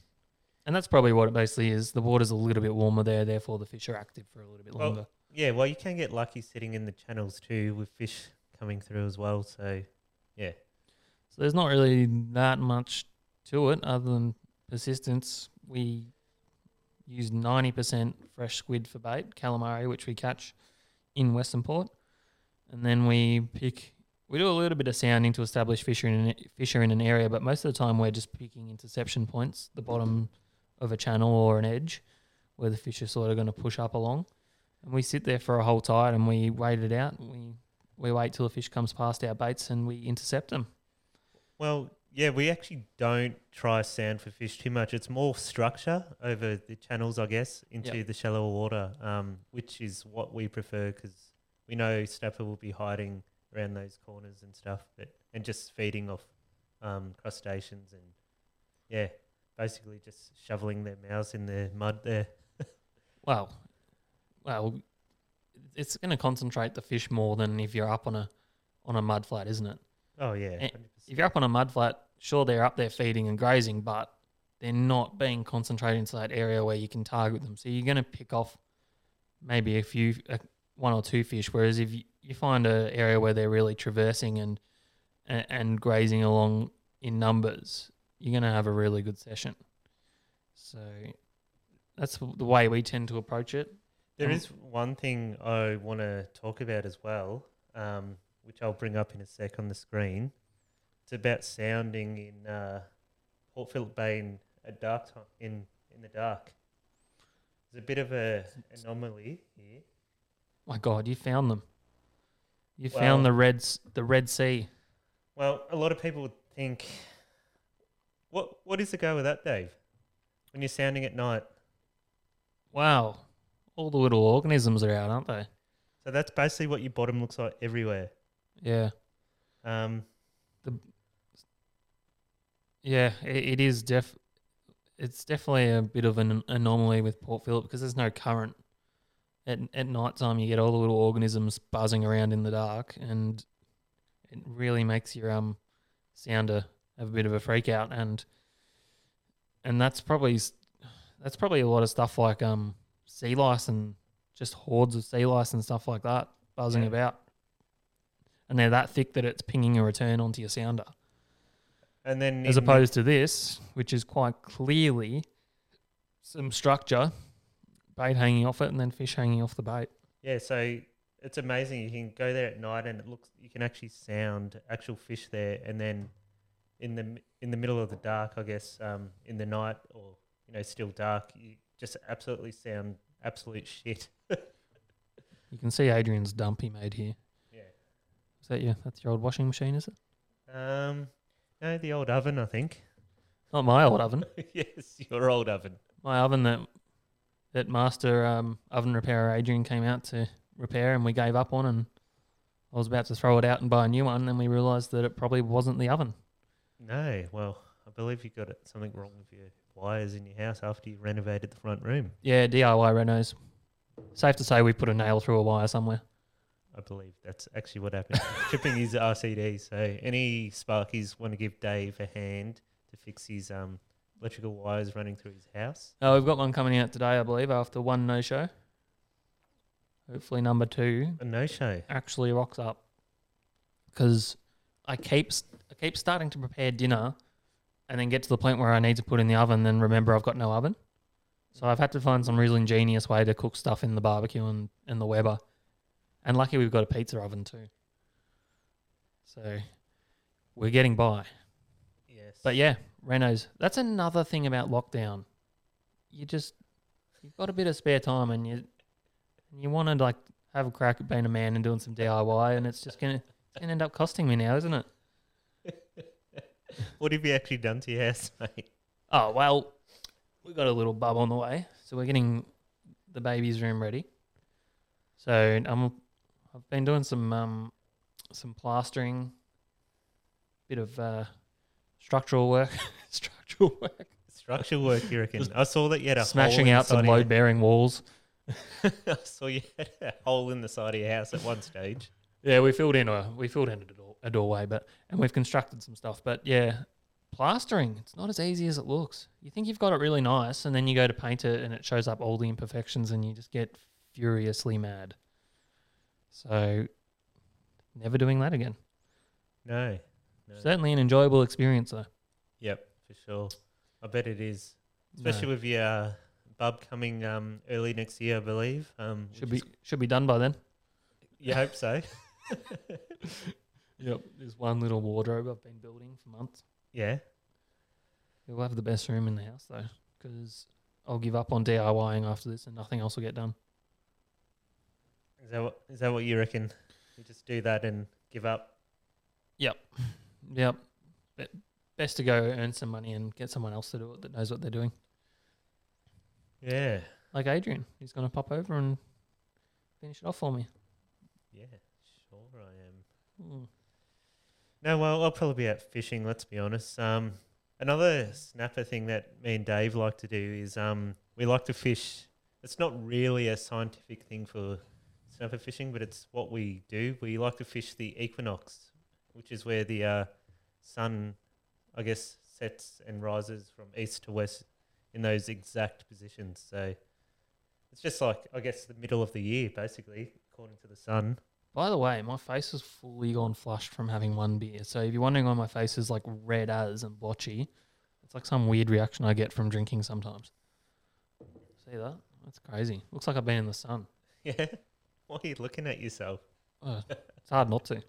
S1: and that's probably what it basically is. The water's a little bit warmer there, therefore the fish are active for a little bit
S2: Well,
S1: longer.
S2: Yeah. Well, you can get lucky sitting in the channels too with fish coming through as well. So yeah.
S1: So there's not really that much to it other than persistence. We use 90% fresh squid for bait, calamari, which we catch in Western Port. And then we pick, we do a little bit of sounding to establish fisher in an, fisher in an area, but most of the time we're just picking interception points, the bottom of a channel or an edge where the fish are sort of going to push up along. And we sit there for a whole tide and we wait it out. We, we wait till the fish comes past our baits and we intercept them.
S2: Well, yeah, we actually don't try sound for fish too much. It's more structure over the channels, I guess, into the shallower water, um, which is what we prefer because we know snapper will be hiding around those corners and stuff, but and just feeding off um, crustaceans and yeah, basically just shoveling their mouths in the mud there.
S1: Well, well, it's going to concentrate the fish more than if you're up on a on a mud flat, isn't it?
S2: Oh yeah,
S1: Eh,
S2: 100%.
S1: If you're up on a mud flat, sure they're up there feeding and grazing, but they're not being concentrated into that area where you can target them. So you're going to pick off maybe a few, uh, one or two fish. Whereas if you, you find an area where they're really traversing and and, and grazing along in numbers, you're going to have a really good session. So that's the way we tend to approach it.
S2: There
S1: Um,
S2: is one thing I want to talk about as well, um, which I'll bring up in a sec on the screen. It's about sounding in uh, Port Phillip Bay in a dark time in in the dark. There's a bit of a anomaly here.
S1: My God, you found them. You
S2: Well-
S1: found the red S- the Red Sea.
S2: Well, a lot of people would think, what what is the go with that, Dave? When you're sounding at night,
S1: Wow, all the little organisms are out, aren't they?
S2: so that's basically what your bottom looks like everywhere.
S1: Yeah,
S2: Um,
S1: yeah. It, it is def. It's definitely a bit of an anomaly with Port Phillip because there's no current. At at night time, you get all the little organisms buzzing around in the dark, and it really makes your um sounder have a bit of a freak out, and and that's probably s- that's probably a lot of stuff like um sea lice and just hordes of sea lice and stuff like that buzzing
S2: Yeah.
S1: about, and they're that thick that it's pinging a return onto your sounder
S2: and then
S1: as
S2: in-
S1: opposed to this, which is quite clearly some structure, bait hanging off it, and then fish hanging off the bait.
S2: Yeah, so it's amazing. You can go there at night, and it looks you can actually sound actual fish there, and then in the m- in the middle of the dark, I guess, um, in the night or you know still dark, you just absolutely sound absolute shit.
S1: You can see Adrian's dump he made here.
S2: yeah.
S1: Is that your that's your old washing machine, is it?
S2: Um. No, the old oven, I think. <laughs>
S1: Not my old oven.
S2: yes, your old oven.
S1: My oven that that master um, oven repairer Adrian came out to repair and we gave up on and I was about to throw it out and buy a new one and we realised that it probably wasn't the oven.
S2: No, well, I believe you got it, something wrong with your wires in your house after you renovated the front room.
S1: Yeah, DIY renos. Safe to say we put a nail through a wire somewhere.
S2: I believe that's actually
S1: <laughs>
S2: what happened. Chipping his RCD. So any Sparkies want to give Dave a hand to fix his um, electrical wires running through his house?
S1: Oh, we've got one coming out today, I believe, after one no show. Hopefully, number two
S2: A no show.
S1: actually rocks up because I keep s- I keep starting to prepare dinner and then get to the point where I need to put in the oven, then remember I've got no oven. So I've had to find some really ingenious way to cook stuff in the barbecue and, and the Weber. And lucky we've got a pizza oven too. So we're getting by.
S2: Yes.
S1: But yeah, Renos. That's another thing about lockdown. You just you've got a bit of spare time and you and you want to like have a crack at being a man and doing some DIY, and it's just gonna it's gonna end up costing me now, isn't it?
S2: What have you actually done to your house, <laughs> mate?
S1: Oh well, we got a little bub on the way, so we're getting the baby's room ready. So I'm I've been doing some um some plastering, bit of uh, structural work, <laughs> structural work,
S2: Structural work, you reckon? I saw that you had a hole
S1: smashing
S2: in the
S1: out
S2: side
S1: some
S2: of your-
S1: load bearing walls.
S2: <laughs> I saw you had a hole in the side of your house at one stage.
S1: Yeah, we filled in a we filled in a, door, a doorway, but and we've constructed some stuff. But yeah, plastering it's not as easy as it looks. You think you've got it really nice, and then you go to paint it, and it shows up all the imperfections, and you just get furiously mad. So, never doing that again.
S2: No. No.
S1: Certainly an enjoyable experience, though.
S2: Yep, for sure. I bet it is,
S1: No.
S2: especially with your uh, bub coming um, early next year, I believe. Um,
S1: should be
S2: which is-
S1: should be done by then.
S2: You
S1: <laughs>
S2: hope so.
S1: Yep, there's one little wardrobe I've been building for months.
S2: yeah.
S1: We'll have the best room in the house though, because I'll give up on DIYing after this, and nothing else will get done.
S2: Is that what, is that what you reckon? You just do that and give up.
S1: Yep. But best to go earn some money and get someone else to do it that knows what they're doing.
S2: Yeah.
S1: Like Adrian, he's going to pop over and finish it off for me.
S2: Yeah. Sure, I am.
S1: Mm.
S2: No, well, I'll probably be out fishing. Let's be honest. Um, another snapper thing that me and Dave like to do is um, we like to fish. It's not really a scientific thing for snapper fishing, but it's what we do. We like to fish the equinox, which is where the uh, sun, I guess, sets and rises from east to west in those exact positions. So it's just like I guess the middle of the year, basically, according to the sun. <laughs>
S1: By the way, my face is fully gone flushed from having one beer. So if you're wondering why my face is like red as and blotchy, it's like some weird reaction I get from drinking sometimes. See that? That's crazy. Looks like I've been in the sun.
S2: Yeah. Why are you looking at yourself?
S1: Uh, it's hard not to.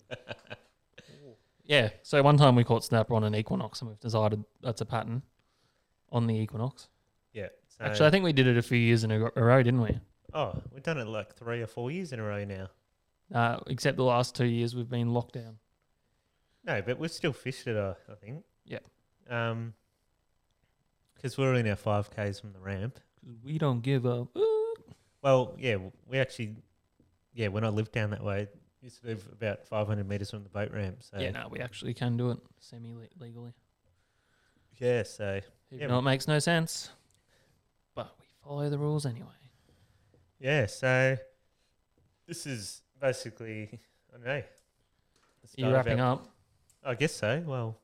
S1: yeah. So one time we caught snapper on an equinox, and we've decided that's a pattern on the equinox.
S2: Yeah. So,
S1: Actually, I think we did it a few years in a a row, didn't we?
S2: Oh, we've done it like three or four years in a row now.
S1: Uh, except the last two years we've been locked down.
S2: No, but we've still fished it, uh, I, I think.
S1: Yeah.
S2: Um, because we were in our 5Ks from the ramp.
S1: 'Cause We don't give up.
S2: Well, yeah, w- we actually, yeah, when I lived down that way, used to live about 500 meters from the boat ramp. So,
S1: Yeah, no, we actually can do it semi legally.
S2: yeah, so,
S1: Even
S2: Yeah,
S1: though
S2: we-
S1: it makes no sense, but we follow the rules anyway.
S2: yeah, so this is basically, I don't know. the
S1: Are you
S2: start of
S1: wrapping
S2: our-
S1: up?
S2: I guess so. Well,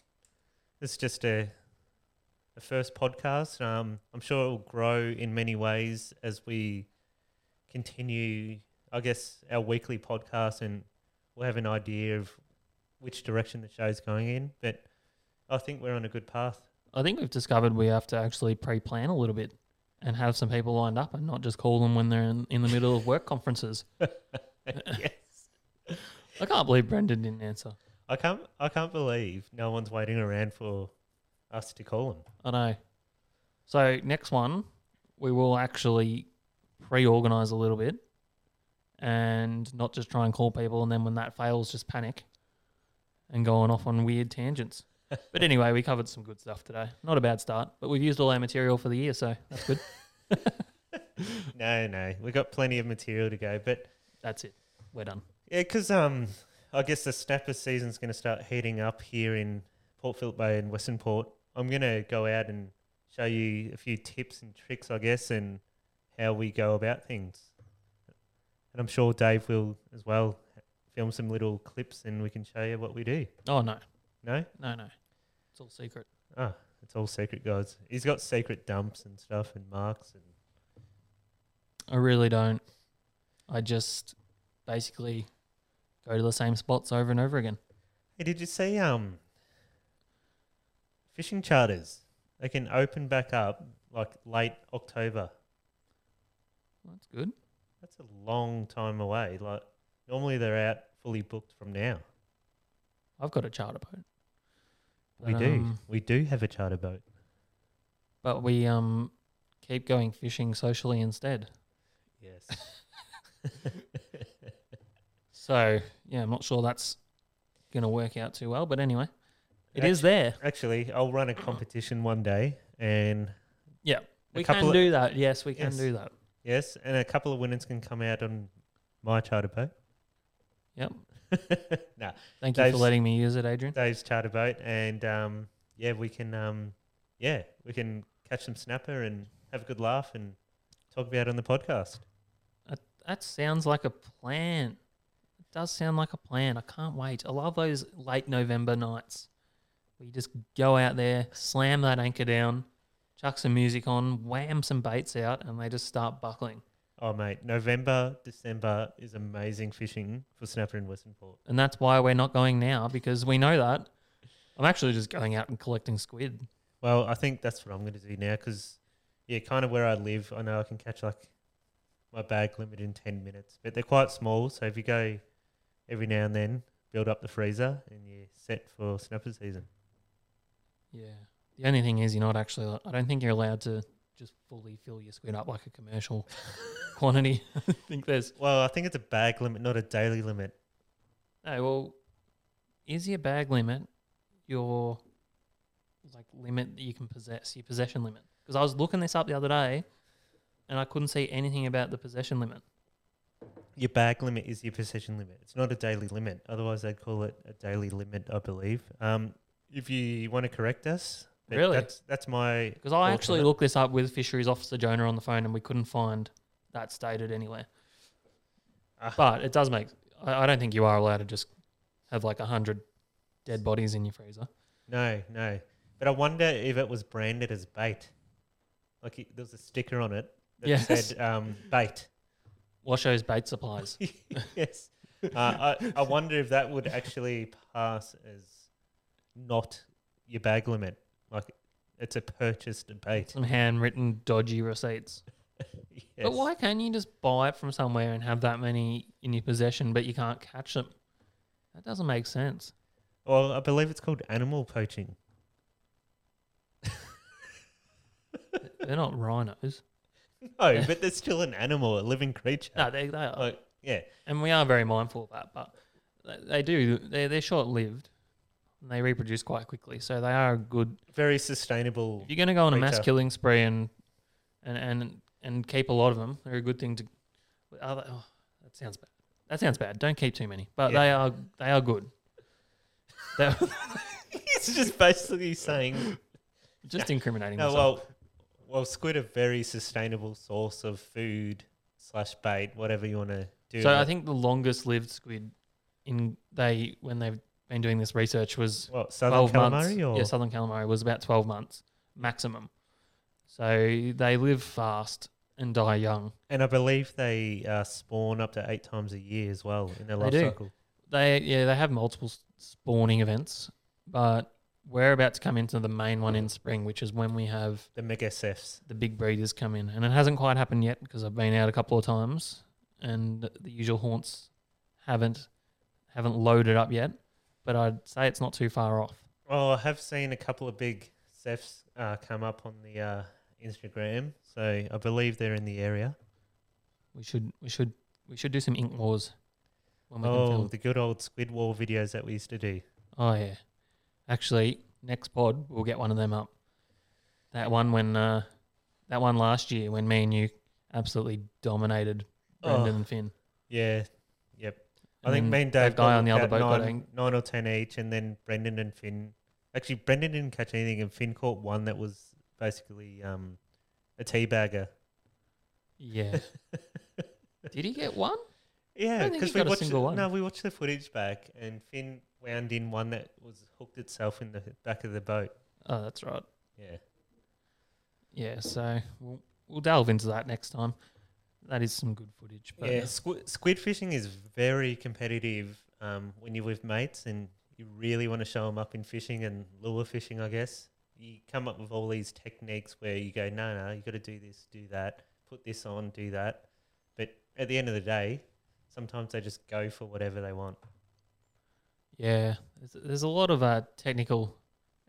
S2: it's just a a first podcast. Um, I'm sure it will grow in many ways as we continue. I guess our weekly podcast, and we'll have an idea of which direction the show's going in. But I think we're on a good path.
S1: I think we've discovered we have to actually pre-plan a little bit and have some people lined up and not just call them when they're in, in the middle of work conferences.
S2: <laughs> yes,
S1: <laughs> I can't believe Brendan didn't answer.
S2: I can't. I can't believe no one's waiting around for us to call them.
S1: I know. So next one, we will actually pre-organize a little bit, and not just try and call people, and then when that fails, just panic, and go on off on weird tangents. but anyway, we covered some good stuff today. Not a bad start, but we've used all our material for the year, so that's good.
S2: No, no, we've got plenty of material to go, but.
S1: that's it. We're done.
S2: Yeah, because um, I guess the snapper season's going to start heating up here in Port Phillip Bay and Western Port. I'm going to go out and show you a few tips and tricks, I guess, and how we go about things. And I'm sure Dave will as well film some little clips, and we can show you what we do.
S1: Oh no,
S2: No,
S1: no, no. It's all secret.
S2: ah, it's all secret, guys. He's got secret dumps and stuff and marks and
S1: I really don't. I just basically go to the same spots over and over again.
S2: Hey, did you see um Fishing charters. They can open back up like late October.
S1: That's good.
S2: That's a long time away. Like normally they're out fully booked from now.
S1: I've got a charter boat.
S2: We
S1: But,
S2: do.
S1: um,
S2: We do have a charter boat.
S1: but we um keep going fishing socially instead.
S2: Yes.
S1: So yeah, I'm not sure that's gonna work out too well. But anyway, it is
S2: Actu-
S1: there.
S2: <laughs> Actually, I'll run a competition one day and
S1: Yeah,
S2: A
S1: we can
S2: couple of-
S1: do that. Yes, we can
S2: Yes.
S1: do that.
S2: yes, and a couple of winners can come out on my charter boat.
S1: Yep.
S2: <laughs> nah,
S1: Thank you
S2: Dave's-
S1: for letting me use it, Adrian.
S2: Dave's charter boat, and um, yeah, we can, um, yeah, we can catch some snapper and have a good laugh and talk about it on the podcast.
S1: That sounds like a plan. It does sound like a plan. I can't wait. I love those late November nights. where you just go out there, slam that anchor down, chuck some music on, wham some baits out, and they just start buckling.
S2: Oh mate, November, December is amazing fishing for snapper in Western Port.
S1: And that's why we're not going now because we know that. I'm actually just going out and collecting squid.
S2: Well, I think that's what I'm going to do now because, yeah, kind of where I live, I know I can catch like my bag limit in 10 minutes, but they're quite small. So if you go every now and then, build up the freezer and you're set for snapper season.
S1: Yeah. The only thing is, you're not actually. I don't think you're allowed to just fully fill your squid up like a commercial quantity. <laughs> I think there's.
S2: Well, I think it's a bag limit, not a daily limit.
S1: No, well, is your bag limit your like limit that you can possess, your possession limit? Because I was looking this up the other day, and I couldn't see anything about the possession limit.
S2: Your bag limit is your possession limit. It's not a daily limit. Otherwise, they'd call it a daily limit, I believe. Um, if you want to correct us, but
S1: Really?
S2: That's that's my
S1: Because I
S2: thoughts on
S1: actually
S2: it.
S1: looked this up with Fisheries Officer Jonah on the phone, and we couldn't find that stated anywhere.
S2: Ah.
S1: But it does make. I, I don't think you are allowed to just have like a hundred dead bodies in your freezer.
S2: No, no. But I wonder if it was branded as bait. Like it, there was a sticker on it that
S1: Yes.
S2: said um, bait. <laughs>
S1: Washo's bait supplies.
S2: yes. Uh, I, I wonder if that would actually pass as not your bag limit. Like it's a purchased bait.
S1: Some handwritten dodgy receipts.
S2: Yes.
S1: But why can't you just buy it from somewhere and have that many in your possession, but you can't catch them? That doesn't make sense.
S2: Well, I believe it's called animal poaching.
S1: They're not rhinos.
S2: No, Oh, but there's still an animal, a living creature.
S1: No, they, they are.
S2: Like, yeah.
S1: and we are very mindful of that. But they, they do. They they're short lived, and they reproduce quite quickly. So they are a good.
S2: Very sustainable.
S1: If you're going to go on a mass
S2: Retail.
S1: killing spree and and and and keep a lot of them, they're a good thing to. Other, oh, that sounds bad. That sounds bad. Don't keep too many, but
S2: Yeah.
S1: they are they are
S2: <laughs>
S1: good. That- <laughs>
S2: It's just basically saying
S1: just incriminating.
S2: No,
S1: myself.
S2: well, well, squid a very sustainable source of food slash bait, whatever you want to do.
S1: so I
S2: with-
S1: think the longest lived squid in they when they've been doing this research was
S2: what southern
S1: 12 months.
S2: calamari or
S1: Yeah, southern calamari was about 12 months maximum. So they live fast and die young.
S2: and I believe they uh, spawn up to eight times a year as well in their
S1: They
S2: life
S1: do.
S2: cycle.
S1: They yeah, they have multiple s- spawning events, but we're about to come into the main one in spring, which is when we have
S2: The megaseths.
S1: the big breeders come in. And it hasn't quite happened yet because I've been out a couple of times and the usual haunts haven't haven't loaded up yet, but I'd say it's not too far off.
S2: Well, I have seen a couple of big cephs uh, come up on the uh, Instagram, so I believe they're in the area.
S1: We should we should we should do some ink wars when we can
S2: Oh,
S1: film.
S2: the good old squid wall videos that we used to do.
S1: Oh yeah. Actually, next pod we'll get one of them up. That one when uh, that one last year when me and you absolutely dominated Brendan
S2: Oh,
S1: and Finn.
S2: Yeah. Yep. I
S1: And
S2: think
S1: then
S2: me and
S1: that
S2: Dave
S1: guy
S2: got
S1: on the other
S2: about
S1: boat got
S2: nine,
S1: ang-
S2: nine or ten each, and then Brendan and Finn. Actually, Brendan didn't catch anything, and Finn caught one that was basically um, a tea bagger. <laughs>
S1: Yeah. Did he get one?
S2: Yeah,
S1: don't think
S2: because
S1: he
S2: we
S1: got a
S2: watched
S1: single one.
S2: no, we watched the footage back, and Finn wound in one that was hooked itself in the back of the boat.
S1: Oh, that's right.
S2: Yeah.
S1: Yeah. So we'll, we'll delve into that next time. That is some good footage. But
S2: yeah, squid, squid fishing is very competitive um, when you're with mates and you really want to show them up in fishing and lure fishing, I guess. you come up with all these techniques where you go, no, no, you got to do this, do that, put this on, do that. But at the end of the day, sometimes they just go for whatever they want.
S1: Yeah, there's, there's a lot of uh, technical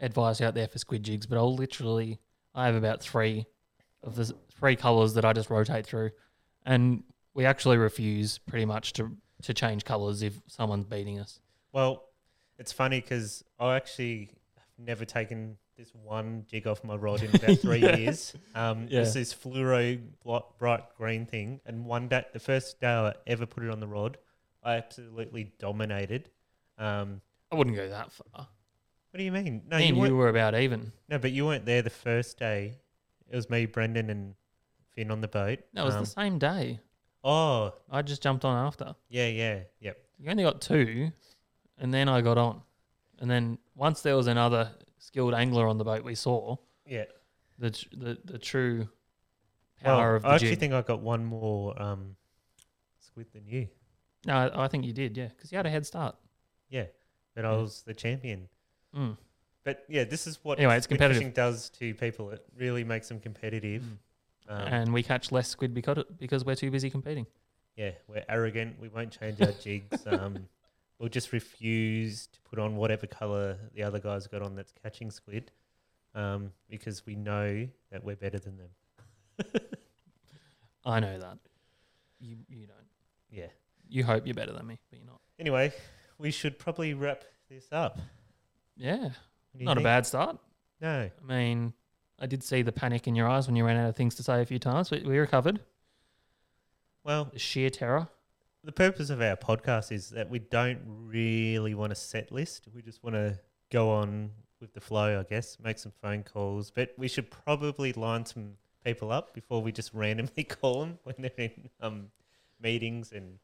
S1: advice out there for squid jigs, but I'll literally I have about three of the s- three colors that I just rotate through, and we actually refuse pretty much to to change colors if someone's beating us.
S2: Well, it's funny because I actually have never taken this one jig off my rod
S1: <laughs>
S2: in about three years. Um,
S1: Yeah.
S2: It's this fluoro blo- bright green thing, and one day, the first day I ever put it on the rod, I absolutely dominated. Um,
S1: I wouldn't go that far.
S2: what do you mean? No,
S1: Me
S2: you
S1: and you
S2: weren't,
S1: were about even.
S2: no, but you weren't there the first day. It was me, Brendan, and Finn on the boat.
S1: No, it was
S2: Um,
S1: the same day.
S2: Oh,
S1: I just jumped on after.
S2: yeah, yeah, yep.
S1: You only got two, and then I got on, and then once there was another skilled angler on the boat we saw
S2: Yeah.
S1: the tr- the the true
S2: Well,
S1: power of the
S2: I actually
S1: jig.
S2: think I got one more um, squid than you.
S1: No, I I think you did, yeah, because you had a head start.
S2: Yeah, but I was the champion.
S1: Mm.
S2: But yeah, this is what
S1: Anyway, it's
S2: squid
S1: competitive. Mm.
S2: fishing does to people. It really makes them competitive. Um,
S1: and we catch less squid because because we're too busy competing.
S2: yeah, we're arrogant. We won't change our
S1: <laughs>
S2: jigs. Um, we'll just refuse to put on whatever color the other guys got on that's catching squid, um, because we know that we're better than them.
S1: I know that. You you don't.
S2: Yeah.
S1: You hope you're better than me, but you're not.
S2: Anyway, we should probably wrap this up. What
S1: Yeah,
S2: do you
S1: not a
S2: think?
S1: bad start.
S2: No.
S1: I mean, I did see the panic in your eyes when you ran out of things to say a few times, but we recovered.
S2: Well,
S1: The sheer terror.
S2: the purpose of our podcast is that we don't really want a set list. We just want to go on with the flow, I guess, make some phone calls. But we should probably line some people up before we just <laughs> randomly call them when they're in um, meetings and,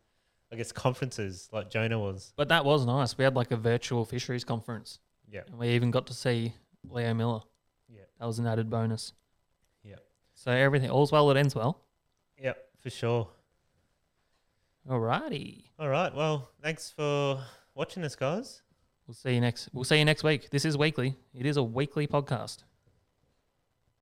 S2: I guess, conferences like Jonah was.
S1: But that was nice. We had like a virtual fisheries conference,
S2: Yeah.
S1: and we even got to see Leo Miller.
S2: Yeah.
S1: That was an added bonus.
S2: Yeah.
S1: So everything all's well that ends well.
S2: Yeah, for sure.
S1: Alrighty.
S2: All right. Well, thanks for watching us, guys.
S1: We'll see you next. We'll see you next week. This is weekly. It is a weekly podcast.